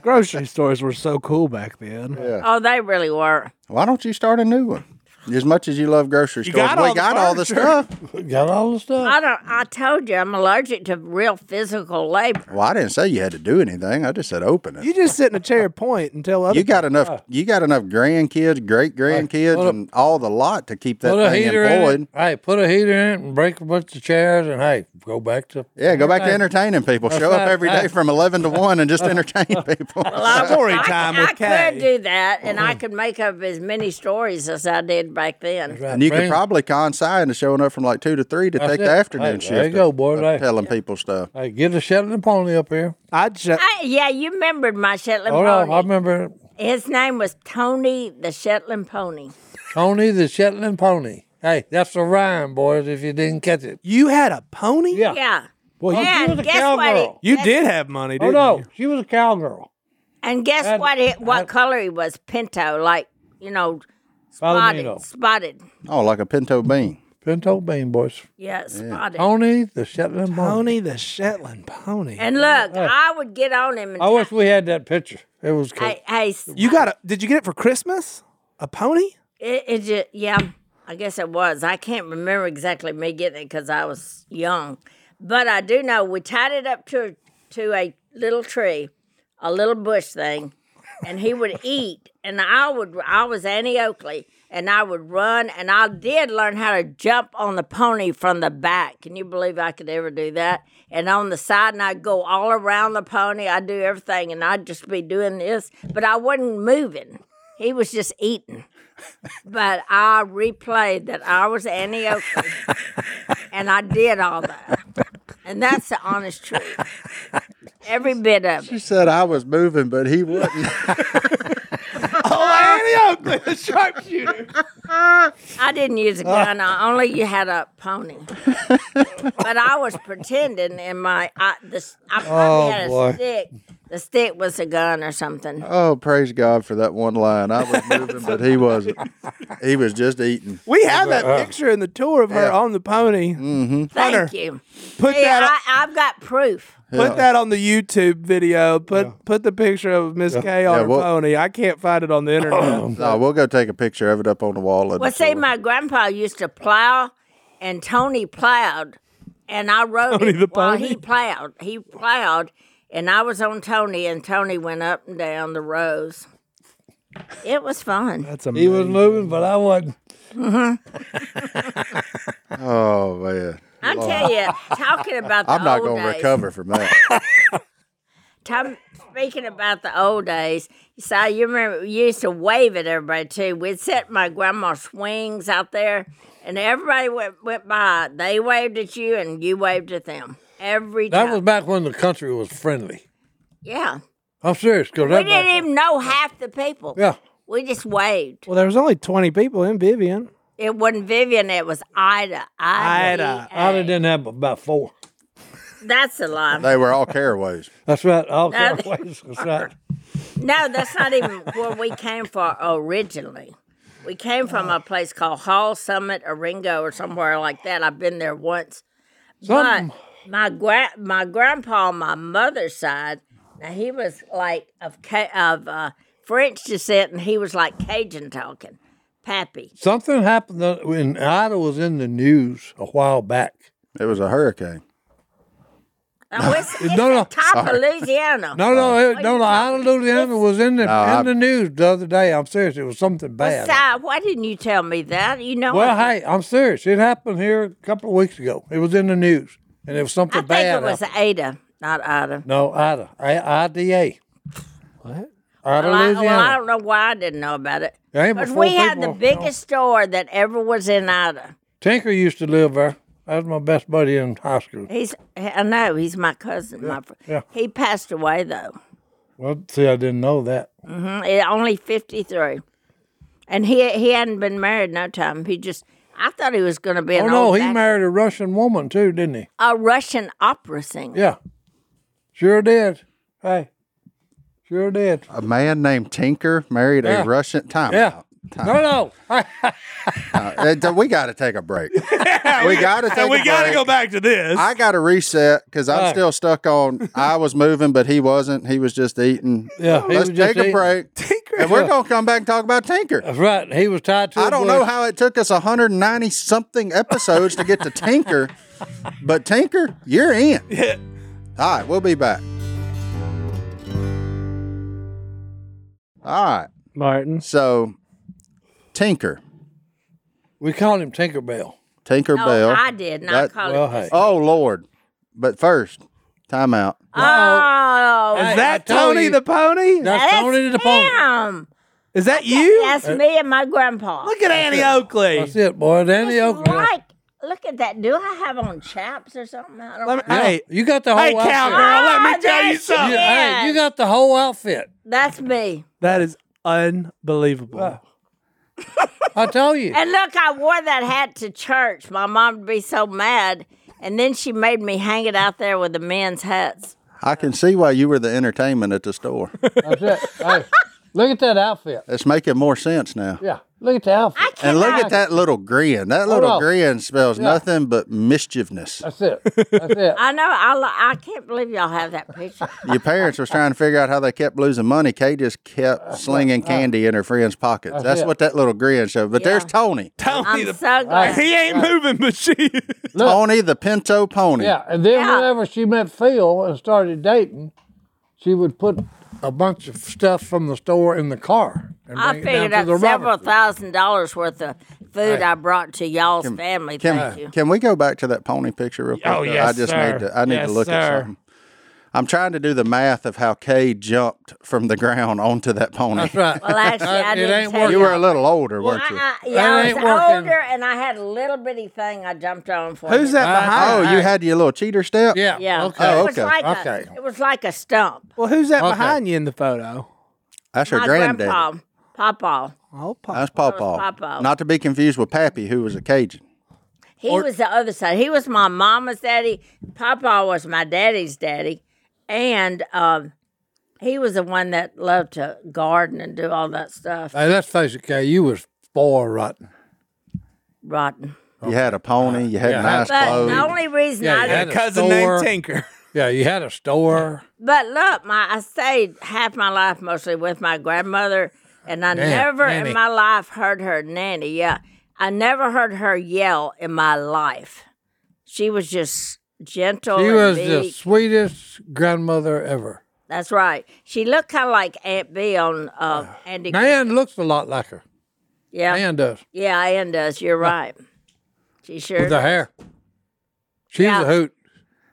S3: Grocery stores were so cool back then.
S1: Oh, they really were.
S4: Why don't you start a new one? As much as you love grocery stores,
S3: got
S4: we
S3: all the
S4: got all the
S3: furniture.
S4: stuff.
S2: Got all the stuff.
S1: I don't. I told you I'm allergic to real physical labor.
S4: Well, I didn't say you had to do anything. I just said open it.
S3: You just sit in a chair, point, and tell other.
S4: You got enough. You got enough grandkids, great grandkids, and all the lot to keep that
S2: Put a
S4: thing
S2: heater in
S4: employed.
S2: it. Hey, put a heater in it and break a bunch of chairs and hey, go back to
S4: Yeah, go back to entertaining people. Show up
S2: right.
S4: every day from eleven to one and just entertain people.
S3: story
S1: I,
S3: time
S1: I
S3: with Kay.
S1: could do that, and
S2: Uh-huh.
S1: I could make up as many stories as I did back then.
S4: And you could probably con Si into showing up from like two to three to take the
S2: it. Hey,
S4: afternoon shift.
S2: there you go, boy.
S4: of
S2: Hey.
S4: Telling people stuff.
S2: Hey, get the Shetland pony up here.
S3: I'd shut.
S1: I, yeah, you remembered my Shetland
S2: Oh no, I
S1: pony.
S2: remember
S1: His name was Tony the Shetland pony.
S2: Tony the Shetland pony. Hey, that's a rhyme, boys. If you didn't catch it,
S3: You had a pony.
S2: yeah.
S1: Yeah.
S2: Well, Oh, you-
S1: And
S2: you was a
S1: guess what he-
S2: cowgirl.
S3: You did have money,
S2: Oh
S3: didn't
S2: no,
S3: you?
S2: she was a cowgirl.
S1: And guess
S2: And-
S1: what? It, what
S2: and-
S1: color he was? Pinto, like you know, spotted.
S2: Palomino.
S1: Spotted.
S4: Oh, like a pinto bean.
S2: Pinto bean boys.
S1: Yeah, spotted.
S2: Tony the Shetland pony.
S3: Pony the Shetland pony.
S1: And look, I would get on him and
S2: I wish we had that picture. It was cool.
S1: Hey, hey, s-
S3: you got a? Did you get it for Christmas? A pony?
S1: it, it ju- yeah, I guess it was. I can't remember exactly me getting it because I was young, but I do know we tied it up to to a little tree, a little bush thing, and he would eat, and I would. I was Annie Oakley, and I would run, and I did learn how to jump on the pony from the back. Can you believe I could ever do that? And on the side, and I'd go all around the pony. I'd do everything, and I'd just be doing this, but I wasn't moving. He was just eating. But I replayed that I was Annie Oakley, and I did all that. And that's the honest truth. Every bit of it.
S4: She said I was moving, but he wasn't.
S3: Oh, Annie Oakley, the sharpshooter.
S1: I didn't use a gun. I only you had a pony. But I was pretending in my I, this, I probably
S2: Oh,
S1: had a
S2: boy.
S1: stick. The stick was a gun or something.
S4: oh, praise God for that one line. I was moving, but he wasn't. He was just eating.
S3: We have that
S2: Uh-huh.
S3: picture in the tour of her on the pony.
S1: Thank
S3: Hunter,
S1: you.
S3: Put
S1: Hey,
S3: that.
S1: I, I've got proof.
S3: Put that on the YouTube video. Put put the picture of Miss K on
S4: Yeah,
S3: her
S4: well-
S3: pony. I can't find it on the internet.
S4: No, we'll go take a picture of it up on the wall. at the
S1: Well, see,
S4: store.
S1: my grandpa used to plow, and Tony plowed, and I rode
S3: Tony
S1: him
S3: the
S1: while
S3: pony?
S1: he plowed. He plowed, and I was on Tony, and Tony went up and down the rows. It was fun.
S3: That's amazing.
S2: he was moving, but I wasn't.
S4: oh man,
S1: I tell you, talking about the
S4: I'm not
S1: old
S4: going to
S1: days,
S4: recover from that.
S1: Tom, speaking about the old days, so you remember we used to wave at everybody too. We'd set my grandma's swings out there, and everybody went, went by. They waved at you, and you waved at them every time.
S2: That was back when the country was friendly.
S1: yeah.
S2: I'm serious. Cause
S1: We
S2: that back-
S1: didn't even know half the people.
S2: Yeah.
S1: We just waved.
S3: Well, there was only twenty people in Vivian.
S1: It wasn't Vivian, it was Ida. Ida.
S3: Ida.
S2: I'd have didn't have about four.
S1: That's a lie.
S4: They were all caraways.
S2: That's right. All
S1: Now-
S2: kind of ways. That's right.
S1: No, that's not even where we came from originally. We came from a place called Hall Summit or Ringo or somewhere like that. I've been there once.
S2: Something-
S1: But my gra- my grandpa on my mother's side, now he was like of Ca- of uh, French descent, and he was like Cajun talking, Pappy.
S2: Something happened that- when Ida was in the news a while back.
S4: It was a hurricane.
S1: Now, it's, it's
S2: No,
S1: the
S2: no,
S1: top of Louisiana.
S2: No, no, it,
S1: Oh,
S2: no, no. Ida Louisiana was in the
S4: I-
S2: in the news the other day. I'm serious. It was something
S1: Well,
S2: bad.
S1: Si, why didn't you tell me that? You know,
S2: Well,
S1: I,
S2: hey, I'm serious. It happened here a couple of weeks ago. It was in the news, and it was something
S1: I think
S2: bad. uh,
S1: it was
S2: happened.
S1: Ada, not Ida.
S2: no Ida, I- IDA. What? Ida,
S1: Well I,
S2: Louisiana.
S1: well, I don't know why I didn't know about it.
S2: There ain't but
S1: Because
S2: four
S1: we had the
S2: people,
S1: biggest store that ever was in Ida.
S2: Tinker used to live there. That was my best buddy in high school.
S1: He's, I know, he's my cousin. my fr-
S2: yeah.
S1: He passed away, though.
S2: Well, see, I didn't know that.
S1: Mm, eh, Only 53. And he he hadn't been married no time. He just, I thought he was going to be an
S2: oh no,
S1: old
S2: he
S1: bachelor.
S2: married a Russian woman too, didn't he?
S1: a Russian opera singer.
S2: Yeah, sure did. Hey, sure did.
S4: A man named Tinker married
S2: Yeah.
S4: a Russian. Time
S2: Yeah.
S4: out.
S2: No, no. Hey,
S4: Uh, th- we got to take a break. we got to take.
S3: we
S4: a
S3: got to
S4: break.
S3: go back to this.
S4: I got to reset because I'm still stuck on. I was moving, but he wasn't. He was just eating.
S2: Yeah, he
S4: let's
S2: was just
S4: take a
S2: eating.
S4: break. and we're gonna come back and talk about Tinker.
S2: That's right. He was tied to. a
S4: I don't
S2: bush.
S4: know how it took us 190 something episodes to get to Tinker, but Tinker, you're in. Yeah. All right, we'll be back. All right,
S2: Martin.
S4: so Tinker,
S2: We called him Tinkerbell.
S4: Tinker
S1: No,
S4: Bell.
S1: Oh, I did not
S4: That-
S1: call
S2: Well,
S1: it.
S2: hey.
S4: Oh Lord! But first, time out.
S1: Oh,
S2: Hey,
S3: Is
S2: I
S3: that
S2: told
S3: Tony
S2: you-
S3: the Pony?
S2: That's
S1: that's
S2: Tony the Pony.
S1: him.
S3: Is that you?
S1: That's me and my grandpa.
S3: Look at Annie Oakley.
S2: That's it, boy. Danny
S1: It's
S2: Oakley.
S1: Like, look at that. Do I have on chaps or something? I don't
S3: Let me-
S1: know.
S3: Hey,
S2: You got the whole
S3: hey,
S2: outfit.
S3: cowgirl, let
S1: Ah,
S3: me tell
S1: there
S3: you
S1: she
S2: You-
S3: something.
S1: is.
S2: hey, you got the whole outfit.
S1: That's me.
S3: That is unbelievable.
S2: I told you.
S1: And look, I wore that hat to church. My mom would be so mad. And then she made me hang it out there with the men's hats.
S4: I can see why you were the entertainment at the store.
S2: That's it. Hey, look at that outfit.
S4: it's making more sense now.
S2: Yeah. Look at the outfit.
S1: I
S4: And
S1: cannot.
S4: look at that little grin. That little
S2: on.
S4: grin spells nothing but mischievousness.
S2: That's it. That's it.
S1: I know. I, lo- I can't believe y'all have that picture.
S4: Your parents was trying to figure out how they kept losing money. Kay just kept slinging candy in her friend's pockets. That's
S2: it.
S4: what that little grin showed. But there's Tony,
S3: Tony
S1: I'm
S3: the
S1: so glad.
S3: He ain't moving, but she. is.
S4: Tony the Pinto Pony.
S2: Yeah. And then
S1: Yeah.
S2: whenever she met Phil and started dating, she would put a bunch of stuff from the store in the car. And
S1: I
S2: bring it down
S1: figured
S2: to
S1: up
S2: the
S1: several
S2: Robertson.
S1: thousand dollars worth of food I brought to y'all's family.
S4: Can,
S1: Thank you.
S4: can we go back to that pony picture real quick?
S3: Oh, yes,
S4: I just
S3: sir.
S4: need to I need
S3: Yes,
S4: to look at
S3: sir.
S4: something. I'm trying to do the math of how Kay jumped from the ground onto that pony.
S2: That's right.
S1: Well, actually, I
S2: It
S1: didn't
S2: ain't
S1: tell
S2: working.
S4: You were a little older,
S1: Well,
S4: weren't you?
S1: I, I, yeah, I
S2: ain't
S1: was
S2: working.
S1: older, and I had a little bitty thing I jumped on for.
S3: Who's
S1: the-
S3: that behind?
S4: Oh, you had your little cheater step?
S2: Yeah.
S1: Yeah.
S2: Okay.
S4: Oh,
S1: It was
S4: okay.
S1: like
S2: Okay.
S1: A, it was like a stump.
S3: Well, who's that
S2: Okay.
S3: behind you in the photo?
S4: That's her
S1: My
S4: granddaddy.
S1: grandpa, Papa,
S3: Oh, pop.
S4: That's Pawpaw.
S1: Pawpaw.
S4: Not to be confused with Pappy, who was a Cajun.
S1: he was the other side. He was my mama's daddy. Papa was my daddy's daddy, and um, he was the one that loved to garden and do all that stuff.
S2: Hey, let's face it, Kay. You was spoiled rotten.
S1: Rotten.
S4: You had a pony. You had nice
S1: But
S4: clothes.
S1: the only reason
S2: Yeah,
S1: I
S2: you had
S1: didn't
S2: a
S3: Cousin
S2: store.
S3: named Tinker.
S2: Yeah, you had a store.
S1: But look, my I stayed half my life mostly with my grandmother, and I never
S2: nanny.
S1: in my life heard her nanny. Yeah, I never heard her yell in my life. She was just gentle.
S2: She
S1: and
S2: was the
S1: meek.
S2: sweetest grandmother ever.
S1: That's right. She looked kind of like Aunt B on uh, Andy.
S2: Nan looks a lot like her.
S1: yeah,
S2: Nan does.
S1: yeah, Ann does. You're right. She sure.
S2: With the hair. She was
S1: Yeah.
S2: a hoot.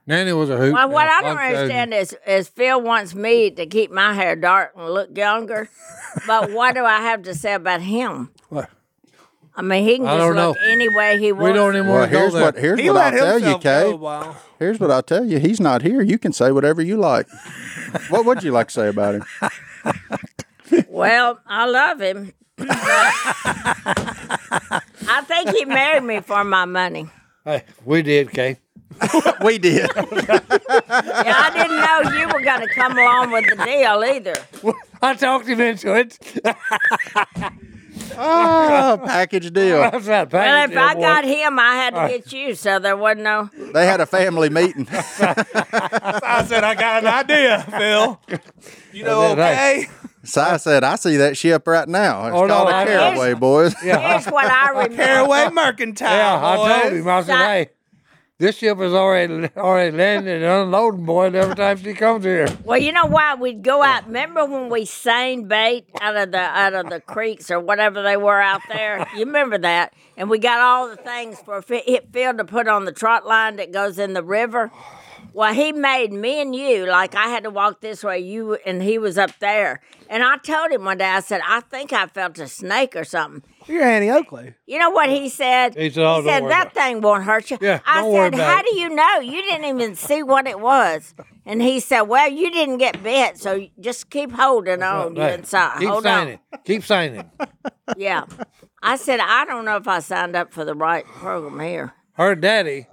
S2: Nanny was a hoot.
S1: Well, what
S2: Yeah,
S1: I don't
S2: like those.
S1: understand is, is Phil wants me to keep my hair dark and look younger, but what do I have to say about him?
S2: What?
S1: I mean, he can
S2: I
S1: just
S2: don't
S1: look
S2: know.
S1: any way he wants.
S2: We don't even
S4: Well,
S2: want to go
S4: here's
S2: there.
S4: what here's
S3: He
S4: what I'll
S3: let
S4: tell you,
S3: himself go a
S4: Kay.
S3: while.
S4: Here's what I'll tell you. He's not here. You can say whatever you like. what would you like to say about him?
S1: Well, I love him. I think he married me for my money.
S2: Hey, we did, Kay.
S4: we did.
S1: Yeah, I didn't know you were going to come along with the deal either.
S2: I talked him into it.
S4: oh, package deal.
S2: That's right.
S1: Well,
S2: Package
S1: if I
S2: deal, boy.
S1: got him, I had to get you, so there wasn't no.
S4: They had a family meeting.
S3: I said, I got an idea, Phil. You know,
S2: That's right.
S3: okay?
S4: so I said, I see that ship right now. It's
S2: Oh, no,
S4: called
S2: I-
S4: a caraway, boys.
S1: Here's what I remember.
S3: Caraway Mercantile.
S2: Yeah, I told
S3: boys.
S2: him. I said,
S1: Shot.
S2: hey, this ship is already already landing and unloading, boy. Every time she comes here,
S1: Well, you know why we'd go out. Remember when we seine bait out of the out of the creeks or whatever they were out there? You remember that? And we got all the things for Fi- Phil to put on the trot line that goes in the river. Well, he made me and you like I had to walk this way, you and he was up there. And I told him one day, I said, I think I felt a snake or something.
S3: You're Annie Oakley.
S1: You know what he said?
S2: He said, "Oh, don't worry
S1: that
S2: about
S1: thing won't hurt you.
S2: Yeah,
S1: I
S2: don't worry
S1: said,
S2: about
S1: how
S2: it."
S1: do you know? You didn't even see what it was. And he said, well, you didn't get bit, so just keep holding on, you
S2: Right.
S1: inside.
S2: keep
S1: Hold
S2: signing, keep signing.
S1: on. Yeah. I said, I don't know if I signed up for the right program here.
S2: Her daddy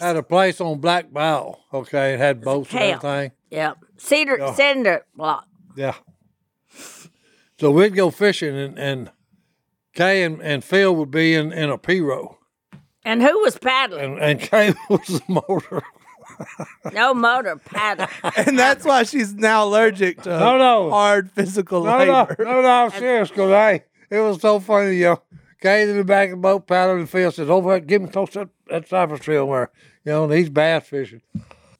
S2: had a place on Black Bow. Okay, it had boats and
S1: Hell.
S2: everything.
S1: Yep. Cedar, cinder block.
S2: Yeah. So we'd go fishing, and, and Kay and, and Phil would be in, in a P row,
S1: And who was paddling?
S2: and, and Kay was the motor.
S1: No motor paddling.
S3: And that's why she's now allergic to
S2: No, no.
S3: hard physical
S2: No, no,
S3: labor.
S2: no, no, I'm serious, because hey, it was so funny, yo. Kay's in the back of the boat paddling, and Phil says, over there, get him close to that, that cypress tree over there. You know, and he's bass fishing.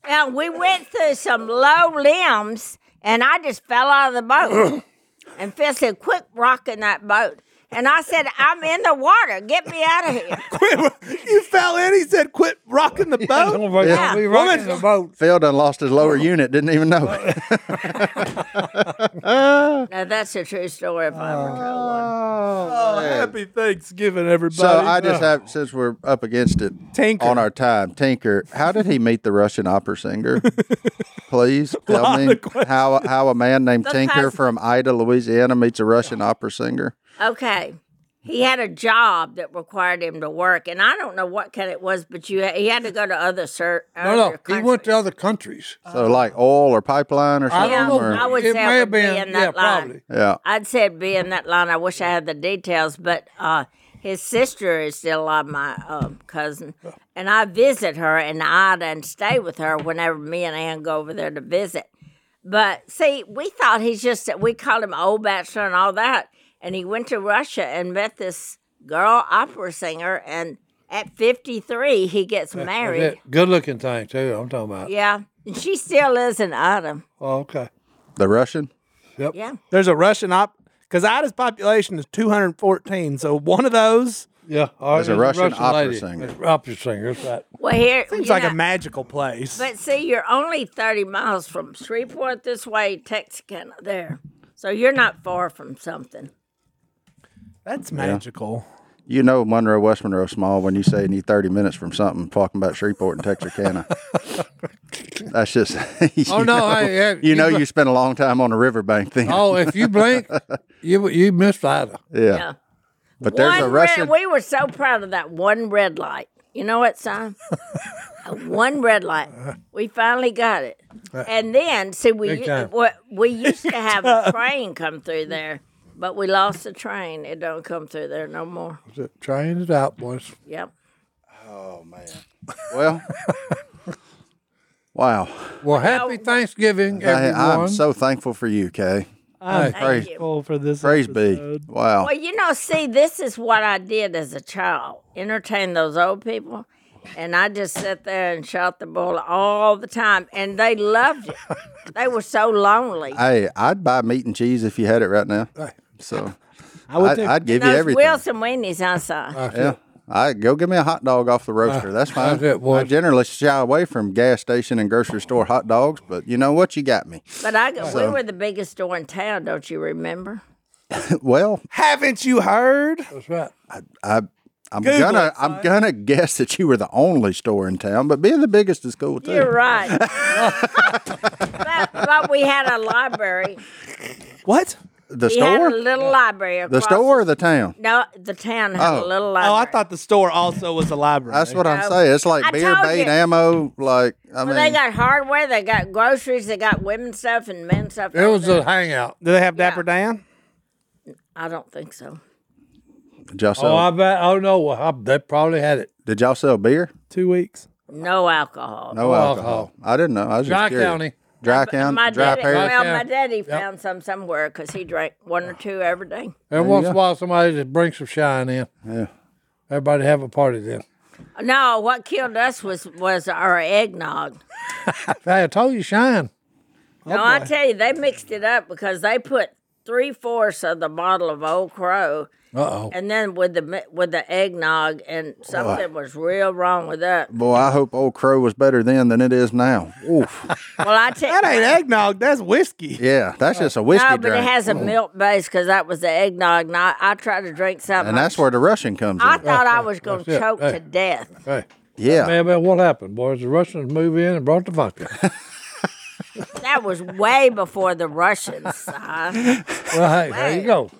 S1: now, we went through some low limbs, and I just fell out of the boat. and Phil said, quit rocking that boat. And I said, I'm in the water. Get me out of here.
S3: you fell in. He said, quit rocking the boat.
S2: Don't be-
S4: Oh, Yeah.
S2: don't be rocking the boat.
S4: Phil done lost his lower unit, didn't even know it.
S1: Now, that's a true story if I ever told one.
S3: Oh, happy Thanksgiving, everybody.
S4: So I just
S2: Oh.
S4: have, since we're up against it
S3: Tinker.
S4: on our time, Tinker, how did he meet the Russian opera singer? Please tell me how how a man named Tinker
S1: Because-
S4: from Ida, Louisiana, meets a Russian opera singer.
S1: Okay. He had a job that required him to work, and I don't know what kind it was, but you he had to go to other sir.
S2: No, no, he went to other countries.
S4: So like oil or pipeline or
S2: I
S4: something.
S1: Yeah,
S2: don't know.
S1: Uh, I
S4: or-
S1: would
S2: it
S1: say it
S2: may have
S1: would be
S2: been,
S1: in
S2: yeah,
S1: that line.
S2: probably.
S4: yeah.
S1: I'd said be in that line. I wish I had the details, but uh, his sister is still alive, my uh, cousin, and I visit her and I and stay with her whenever me and Ann go over there to visit. But see, we thought he's just we called him old bachelor and all that, and he went to Russia and met this girl opera singer, and at fifty three he gets married.
S2: Good looking thing, too, I'm talking about.
S1: Yeah, and she still lives in Adam.
S2: Oh, okay.
S4: The Russian?
S1: Yeah,
S3: There's a Russian op because Ida's population is 214. So one of those
S2: Yeah. oh, all right,
S4: There's a
S2: it's
S4: Russian opera
S2: lady.
S4: singer.
S2: It's an opera singer, that's right.
S1: well here
S3: seems
S1: you
S3: like
S1: know-
S3: a magical place.
S1: But see, you're only 30 miles from Shreveport this way, Texarkana there. So you're not far from something.
S3: That's magical.
S4: You know Monroe, West Monroe small when you say you need 30 minutes from something talking about Shreveport and Texarkana. That's just, you
S2: Oh, no,
S4: know,
S2: hey, yeah,
S4: you, know
S2: you-
S4: you spent a long time on the riverbank then.
S2: Oh, if you blink, you you missed Ida.
S4: yeah.
S1: yeah.
S4: But there's a
S1: One
S4: Russian.
S1: Red, we were so proud of that one red light. You know what, son? one red light. We finally got it. And then, see, we
S2: Big time.
S1: what we used to have a train come through there, but we lost the train. It don't come through there no more.
S2: Trying it out, boys.
S1: Yep.
S4: Well, wow.
S2: Well,
S1: Oh.
S2: happy Thanksgiving,
S4: I,
S2: everyone.
S4: I'm so thankful for you, Kay.
S3: I'm
S4: Praise,
S3: thankful for this.
S4: praise be. Wow.
S1: Well, you know, see, this is what I did as a child entertain those old people. And I just sat there and shot the bull all the time. And they loved it. they were so lonely.
S4: Hey, I'd buy meat and cheese if you had it right now. So I
S3: would
S4: would
S3: too.
S4: I, would give you
S1: those
S4: everything. Uh,
S1: Wilson weenies I saw.
S4: Yeah. I go give me a hot dog off the
S3: Uh,
S4: roaster. That's fine.
S2: that's it, boy.
S4: I generally shy away from gas station and grocery store hot dogs, but you know what? You got me.
S1: but I, go- we were the biggest store in town, don't you remember?
S4: Well,
S3: Haven't you heard?
S2: That's right.
S4: I'm
S3: Google
S4: gonna
S3: it,
S4: I'm gonna guess that you were the only store in town, but being the biggest is cool too.
S1: You're right. but, but we had a library.
S3: What? Oh,
S4: The
S1: he
S4: store?
S1: had a little library.
S4: the
S1: across-
S4: store or the town?
S1: No, the town had a
S4: Oh.
S1: little
S3: Oh,
S1: library.
S3: I thought the store also was a library.
S4: That's what
S1: No.
S4: I'm saying. It's like
S1: Oh, I
S4: beer,
S1: told
S4: bait,
S1: you.
S4: ammo. Like I
S1: Well,
S4: mean,
S1: they got hardware, they got groceries, they got women's stuff and men's stuff.
S2: It was a hangout.
S3: Do they have Dapper Dan?
S1: I don't think so.
S4: did y'all sell?
S2: Oh, I bet. Oh no, well, I, they probably had it.
S4: did y'all sell beer?
S3: Two weeks.
S1: No alcohol.
S4: No alcohol. I didn't know. I was just
S2: Oh, Dry
S4: curious.
S2: County.
S4: Dry
S1: My
S4: county. Dry
S1: daddy,
S4: Perry.
S1: well,
S2: Yeah.
S1: my daddy found some somewhere because he drank one or two every day.
S2: Every once in a while, somebody just brings some shine in.
S4: Yeah.
S2: Everybody have a party then.
S1: No, what killed us was was our eggnog.
S2: Hey, I told you shine.
S1: no, I tell you, they mixed it up because they put three fourths of the bottle of Old Crow,
S2: Uh oh.
S1: and then with the mi- with the eggnog, and something was real wrong with that.
S4: Boy, I hope Old Crow was better then than it is now. Oof.
S1: Well, I tell
S3: That ain't eggnog. That's whiskey.
S4: yeah, that's just a whiskey
S1: no, but
S4: drink.
S1: it has a milk base because that was the eggnog. And I, I tried to drink something.
S4: and that's where the Russian comes
S1: I
S4: in.
S1: thought I was going to
S2: That's it.
S1: choke
S2: Hey.
S1: to death.
S2: Hey,
S4: Yeah.
S2: man, man, what happened, boys? The Russians moved in and brought the vodka.
S1: That was way before the Russians. Uh,
S2: well, hey, there you go.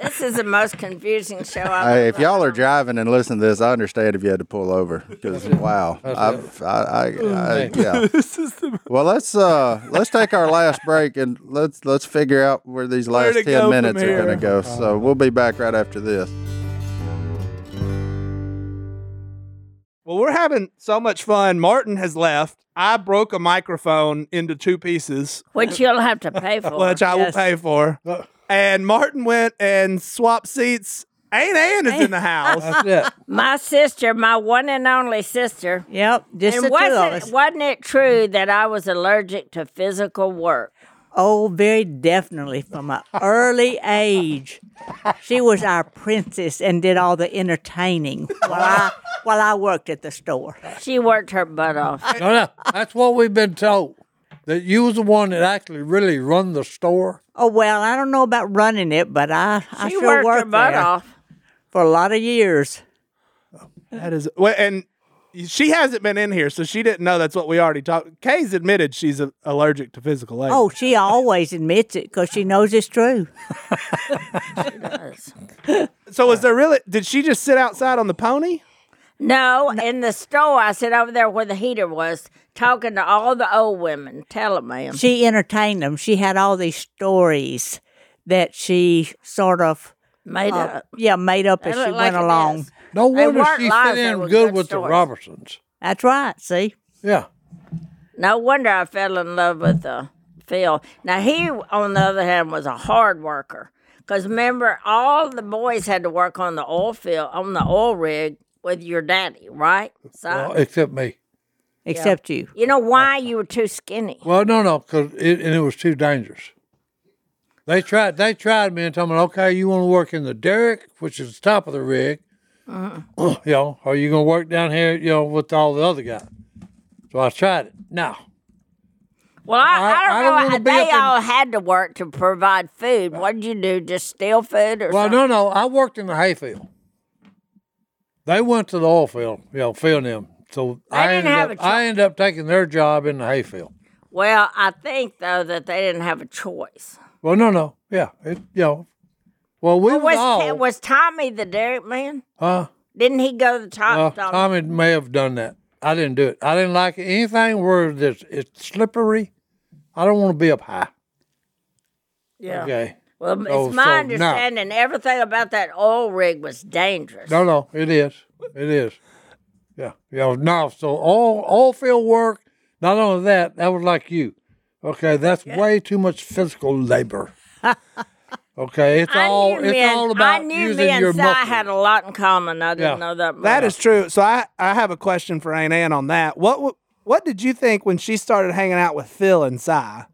S1: this is the most confusing show I've
S4: Hey, if y'all are driving and listening to this, I understand if you had to pull over because wow, I've, I, I, I, yeah. Well, let's uh, let's take our last break and let's let's figure out where these last
S3: to go
S4: ten
S3: from
S4: minutes are
S3: here.
S4: going to go. So we'll be back right after this.
S3: Well, we're having so much fun. Martin has left. I broke a microphone into two pieces,
S1: Which you'll have to pay for.
S3: which I will
S1: Yes.
S3: pay for. And Martin went and swapped seats. Aunt Ann is in the house.
S2: That's it.
S1: My sister, my one and only sister.
S5: Yep, just the two
S1: And
S5: of
S1: wasn't,
S5: us.
S1: wasn't it true that I was allergic to physical work?
S5: Oh, very definitely from an early age. She was our princess and did all the entertaining while I, while I worked at the store.
S1: She worked her butt off.
S2: No, no, that's what we've been told. That you was the one that actually really run the store.
S5: Oh, well, I don't know about running it, but I, I
S1: She
S5: sure
S1: worked, her
S5: worked
S1: butt
S5: there
S1: off.
S5: for a lot of years.
S3: that is, well, and she hasn't been in here, so she didn't know that's what we already talked. Kay's admitted she's a- allergic to physical labor.
S5: Oh, she always admits it because she knows it's true.
S3: so was there really? Did she just sit outside on the pony?
S1: No, in the store, I sit over there where the heater was, talking to all the old women, telling them.
S5: She entertained them. She had all these stories that she sort of,
S1: Made
S5: uh,
S1: up.
S5: yeah, made up as
S1: They
S5: she
S1: look
S5: went
S1: like it
S5: along.
S1: is.
S2: No
S1: They
S2: wonder
S1: weren't
S2: she
S1: lies,
S2: fit
S1: they
S2: in
S1: were
S2: good,
S1: good
S2: with the
S1: stories.
S2: Robertsons.
S5: That's right. See,
S2: Yeah.
S1: No wonder I fell in love with uh, Phil. Now, he, on the other hand, was a hard worker. Because remember, all the boys had to work on the oil field, on the oil rig with your daddy, right? So,
S2: Well, except me.
S5: except you.
S1: you know why you were too skinny?
S2: Well, no, no, because it, and it was too dangerous. They tried. They tried me and told me, "Okay, you want to work in the derrick, which is the top of the rig,
S1: Uh-uh.
S2: you know, or you gonna work down here, you know, with all the other guys." So I tried it. No,
S1: Well, I, I,
S2: I- I
S1: don't
S2: don't
S1: know.
S2: wanna be
S1: they
S2: up in- Uh,
S1: all had to work to provide food. What did you do? Just steal food or
S2: well,
S1: something?
S2: no, no. I worked in the hayfield. They went to the oil field, you know, filling them. So I
S1: didn't
S2: ended
S1: have
S2: up,
S1: a choice.
S2: I ended up taking their job in the hayfield.
S1: Well, I think, though, that they didn't have a choice.
S2: Well, no, no, yeah, it, you know. Well, we was,
S1: Was,
S2: all,
S1: was Tommy the derrick man?
S2: huh?
S1: Didn't he go to the
S2: Uh,
S1: top? Tommy?
S2: Tommy may have done that. I didn't do it. I didn't like anything where this it's slippery. I don't want to be up high.
S1: Yeah.
S2: Okay.
S1: Well, it's
S2: Oh,
S1: my
S2: so now-
S1: understanding everything about that oil rig was dangerous.
S2: No, no, it is. It is. Yeah. Yeah. No. So all all field work. Not only that, that was like you. Okay, that's way too much physical labor. okay, it's
S1: I
S2: all
S1: knew
S2: it's
S1: me and,
S2: all about
S1: I knew
S2: using
S1: me and
S2: your
S1: Si
S2: muscles.
S1: had a lot in common. I didn't
S2: Yeah.
S1: know that. Much.
S3: That is true. So I, I have a question for Aunt Ann on that. What w- what did you think when she started hanging out with Phil and Cy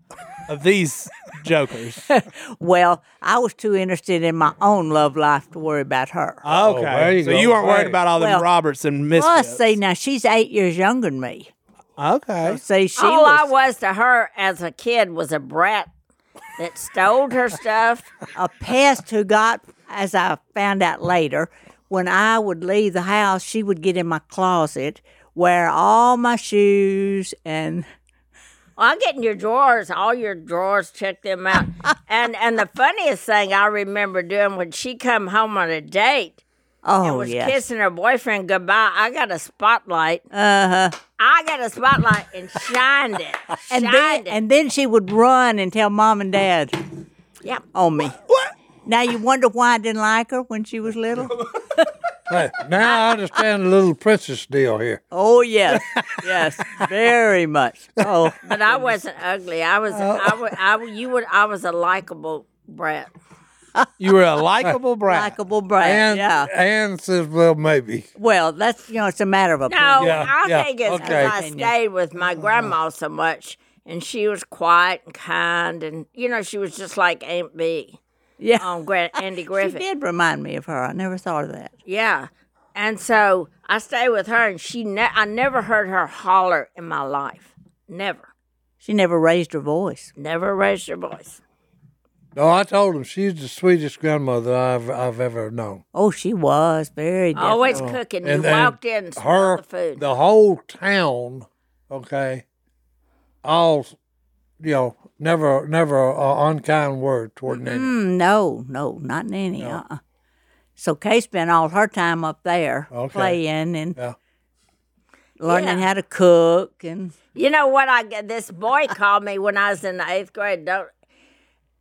S3: of these jokers? Okay.
S5: Well, I was too interested in my own love life to worry about her.
S2: Oh, there you
S3: so
S2: go.
S3: you weren't worried
S2: Right.
S3: about all them
S5: Well,
S3: Roberts and
S5: Plus,
S3: misfits.
S5: see, now she's eight years younger than me.
S3: Okay.
S5: See, she
S1: all I
S5: was
S1: was to her as a kid was a brat that stole her stuff.
S5: a pest who got, as I found out later, when I would leave the house, she would get in my closet, wear all my shoes, and
S1: Well, I get in your drawers, all your drawers, check them out. and and the funniest thing I remember doing when she come home on a date and
S5: Oh
S1: was
S5: yes.
S1: kissing her boyfriend goodbye, I got a spotlight. Uh huh. I got a spotlight and shined it.
S5: and
S1: shined
S5: then,
S1: it.
S5: and then she would run and tell mom and dad
S1: Yep.
S5: on me. What? Now you wonder why I didn't like her when she was little?
S2: Hey, now I understand the little princess deal here.
S5: Oh yes, yes, very much. Oh,
S1: But I wasn't ugly. I was, I was, I, wa- you would, I was a likable brat.
S3: You were a likable brat.
S5: likable brat.
S2: And
S5: yeah.
S2: Anne says, well, maybe.
S5: Well, that's you know it's a matter of opinion.
S1: No,
S2: Yeah,
S1: I
S2: yeah,
S1: think it's because
S2: okay.
S1: I stayed with my
S5: Mm-hmm.
S1: grandma so much, and she was quiet and kind, and you know, she was just like Aunt B
S5: Yeah.
S1: on Gra- Andy
S5: she
S1: Griffith.
S5: did remind me of her. I never thought of that.
S1: Yeah, and so I stayed with her, and she, ne- I never heard her holler in my life. Never,
S5: She never raised her voice.
S1: never raised her voice.
S2: No, I told him she's the sweetest grandmother I've I've ever known.
S5: Oh, she was very. Different.
S1: Always cooking. You
S2: then
S1: walked in, and smelled the food.
S2: the whole town, okay, all, you know, never never a unkind word toward Nanny.
S5: Mm, no, no, not Nanny. Uh-uh. So Kay spent all her time up there
S2: Okay.
S5: playing and
S2: Yeah.
S5: learning
S1: Yeah.
S5: how to cook and
S1: You know what? I get this boy called me when I was in the eighth grade. Don't,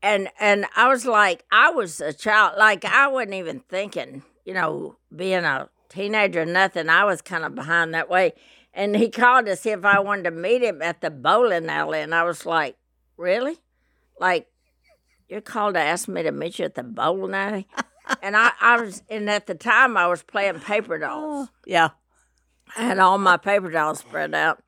S1: and and I was like, I was a child. Like I wasn't even thinking. You know, being a teenager, nothing. I was kind of behind that way. And he called to see if I wanted to meet him at the bowling alley, and I was like, really? Like you're called to ask me to meet you at the bowling alley? and I, I was, and at the time I was playing paper dolls.
S5: Oh, yeah.
S1: I had all my paper dolls spread out.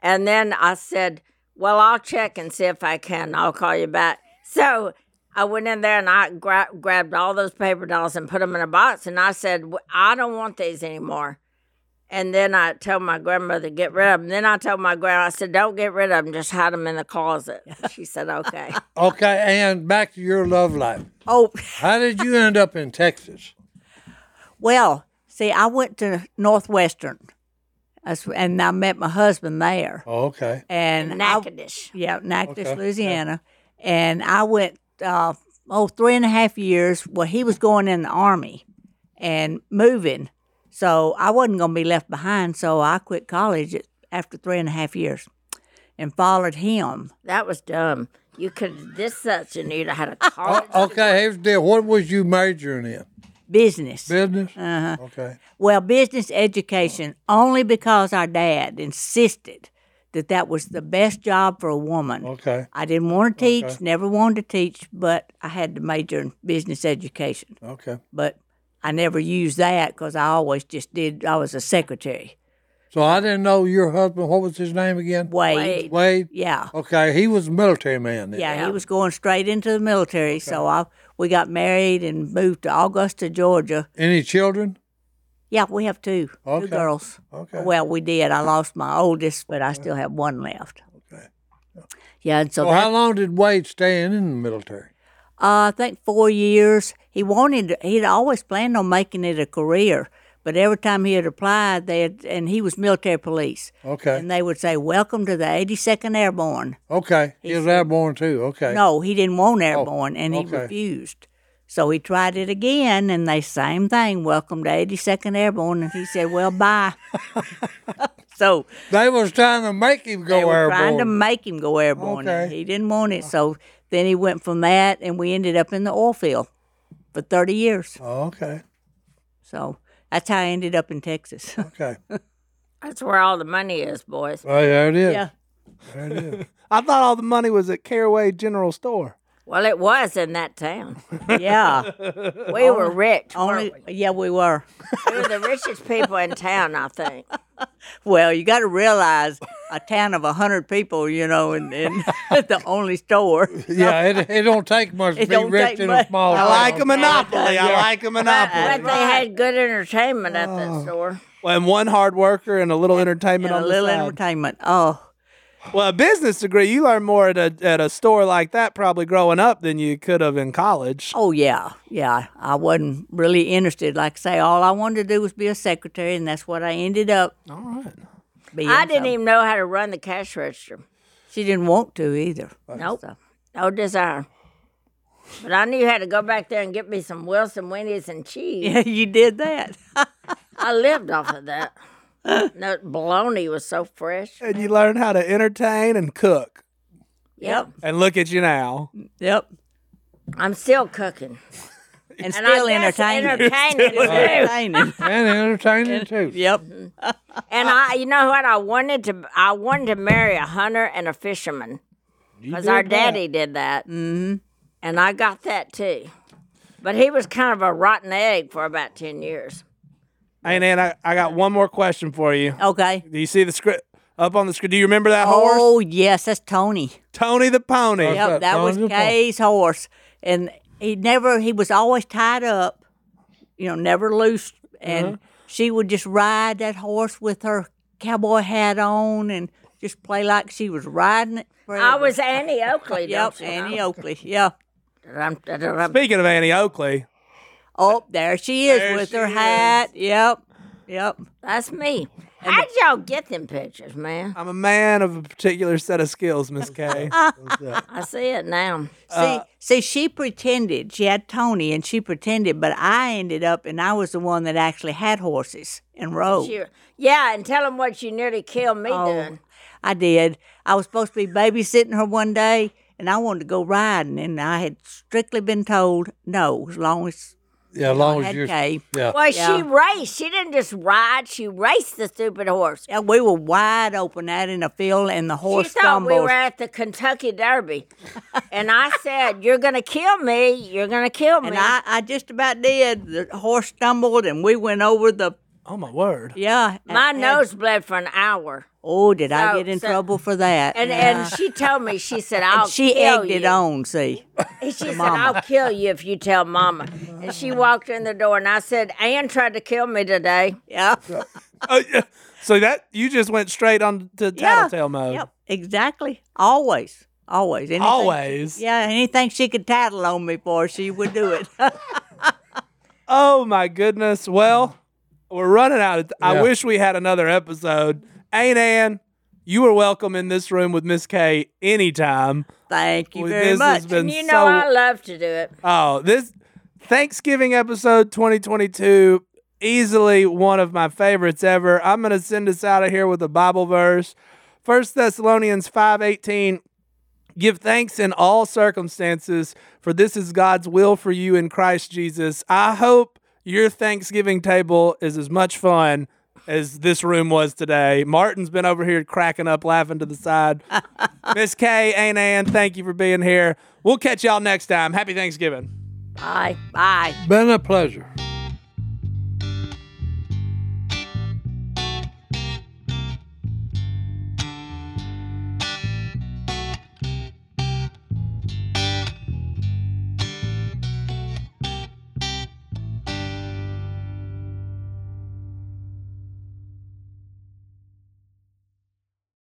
S1: And then I said, Well, I'll check and see if I can. I'll call you back. So I went in there and I gra- grabbed all those paper dolls and put them in a box. And I said, "W- I don't want these anymore. And then I told my grandmother to get rid of them. Then I told my grandma, I said, Don't get rid of them, just hide them in the closet. She said, Okay.
S2: Okay, and back to your love life.
S5: Oh,
S2: How did you end up in Texas?
S5: well. See, I went to Northwestern, That's- and I met my husband there.
S2: Oh, okay,
S5: And I,
S1: Natchitoches.
S5: yeah, Natchitoches,
S2: Okay, yeah.
S5: Louisiana. And I went, uh, oh, three and a half years. Well, he was going in the army and moving. So I wasn't going to be left behind. So I quit college at- after three and a half years and followed him.
S1: That was dumb. You could, this such a need. I had a college.
S2: Uh, okay. Here's the deal. What was you majoring in?
S5: Business.
S2: Business.
S5: Uh.
S2: Uh-huh. Okay.
S5: well, business education only because our dad insisted that that was the best job for a woman.
S2: Okay.
S5: I didn't want to teach, never wanted to teach, but I had to major in business education.
S2: Okay.
S5: but I never used that because I always just did. I was a secretary.
S2: So I didn't know your husband. What was his name again?
S5: Wade.
S2: Wade.
S5: Yeah.
S2: Okay, he was a military man. Then.
S5: Yeah, he was going straight into the military. So I we got married and moved to Augusta, Georgia.
S2: Any children?
S5: Yeah, we have two,
S2: Okay.
S5: two girls.
S2: Okay.
S5: Well, we did. I lost my oldest, but I still have one left.
S2: Okay.
S5: Yeah, and so
S2: Well, how long did Wade stay in, in the military?
S5: Uh, I think four years. He wanted. to- He'd always planned on making it a career, but every time he had applied, they had, and he was military police,
S2: Okay.
S5: and they would say, "Welcome to the 82nd Airborne."
S2: okay. He was airborne too. Okay. Oh,
S5: No, he didn't want airborne, and he
S2: okay.
S5: refused. So he tried it again, and they same thing. Welcome to 82nd Airborne, and he said, "Well, bye." so
S2: They was trying to make him go
S5: they were trying to
S2: airborne.
S5: make him go airborne. and
S2: Okay.
S5: He didn't want it, so then he went from that, and we ended up in the oil field for 30 years.
S2: Oh, okay.
S5: So that's how I ended up in Texas.
S2: Okay. Well,
S1: That's where all the money is, boys.
S2: there it is.
S5: yeah.
S3: I thought all the money was at Caraway General Store.
S1: Well, it was in that town.
S5: Yeah.
S1: We were rich.
S5: Only
S1: weren't we?
S5: yeah, we were.
S1: We were the richest people in town, I think.
S5: Well, you got to realize a town of 100 people, you know, and, and the only store.
S2: Yeah, it, it don't take much to
S5: It
S2: be
S5: don't
S2: rich
S5: take
S2: in a
S5: much.
S2: small
S3: I
S2: town.
S3: like a monopoly. I like
S1: But
S3: a monopoly.
S1: they had good entertainment at that store.
S3: And one hard worker and a little entertainment
S5: And a
S3: on the
S5: little
S3: side.
S5: entertainment. Oh,
S3: Well, a business degree, you learn more at a at a store like that probably growing up than you could have in college.
S5: oh yeah, yeah. I wasn't really interested. Like I say, all I wanted to do was be a secretary, and that's what I ended up
S3: All right.
S5: being.
S1: I didn't
S5: so.
S1: even know how to run the cash register. She didn't want to either.
S4: Nope. No desire. But I knew how to go back there and get me some Wilson Winnies and cheese.
S1: Yeah, you did that.
S4: I lived off of that. That bologna was so fresh.
S3: And you learn how to entertain and cook.
S4: Yep.
S3: And look at you now.
S1: Yep.
S4: I'm still cooking.
S1: And
S4: And
S1: still
S4: I guess
S1: entertaining.
S4: entertaining too.
S1: entertaining.
S2: and entertaining too.
S1: yep.
S4: And I, you know what? I wanted to, I wanted to marry a hunter and a fisherman because our daddy did that, mm-hmm. and I got that too. But he was kind of a rotten egg for about ten years.
S3: Aunt Ann, I, I got one more question for you.
S1: Okay.
S3: Do you see the script up on the screen? Do you remember that horse?
S1: Oh yes, that's Tony.
S3: Tony the Pony.
S2: That's
S1: Yep,
S2: that
S1: that was
S2: Tony the Pony.
S1: Kay's horse, and he never he was always tied up, you know, never loose, and
S3: Uh-huh.
S1: she would just ride that horse with her cowboy hat on and just play like she was riding it. Forever.
S4: I was Annie Oakley.
S1: Yep,
S4: don't you
S1: Annie
S4: know?
S1: Oakley. Yeah.
S4: Dum, dum, dum, dum.
S3: Speaking of Annie Oakley,
S1: Oh, there she is
S3: There
S1: with
S3: she
S1: her
S3: is.
S1: hat. Yep. Yep.
S4: That's me. How'd y'all get them pictures, man?
S3: I'm a man of a particular set of skills, Miss Kay.
S4: I see it now.
S3: Uh,
S1: See, see, she pretended she had Tony, and she pretended, but I ended up, and I was the one that actually had horses and rode.
S4: She- yeah, and tell them what you nearly killed me
S1: Oh,
S4: doing.
S1: I did. I was supposed to be babysitting her one day, and I wanted to go riding, and I had strictly been told no, as long as
S2: Yeah, as long
S1: I
S2: as
S1: had
S2: you're.
S1: Kay.
S2: Yeah.
S4: Well,
S1: Yeah.
S4: she raced. She didn't just ride. She raced the stupid horse.
S1: Yeah, we were wide open out in the field, and the horse
S4: She thought we
S1: stumbled.
S4: were at the Kentucky Derby, and I said, "You're gonna kill me! You're gonna kill me!"
S1: and I, I just about did. The horse stumbled, and we went over the
S3: oh my word.
S1: yeah.
S4: My
S1: and-
S4: nose bled for an hour,
S1: Oh, did I
S4: So-
S1: get in
S4: so-
S1: trouble for that?
S4: and
S1: Yeah.
S4: and she told me, she said, "I'll
S1: And she
S4: kill
S1: egged
S4: you."
S1: it on. See,
S4: She said, "I'll kill you if you tell Mama." And she walked in the door, and I said, "Ann tried to kill me today."
S1: yeah,
S3: Oh, yeah. So that you just went straight on to tattletale mode.
S1: Yep, exactly. Always, always, anything,
S3: Always.
S1: Yeah, anything she could tattle on me for, she would do it.
S3: Oh my goodness. Well, we're running out of. I
S2: Yeah.
S3: wish we had another episode. Ain't Ann, you are welcome in this room with Miss K anytime.
S1: Thank you
S3: Well,
S1: very
S3: this
S1: much.
S3: has been
S4: And you know,
S3: so.
S4: I love to do it.
S3: oh, this Thanksgiving episode 2022 easily one of my favorites ever. I'm gonna send us out of here with a Bible verse. First Thessalonians 5:18. Give thanks in all circumstances, for this is God's will for you in Christ Jesus. I hope your Thanksgiving table is as much fun as this room was today. Martin's been over here cracking up, laughing to the side. Miss Kay, Aunt Ann, thank you for being here. We'll catch y'all next time. Happy Thanksgiving.
S4: Bye, bye.
S2: Been a pleasure.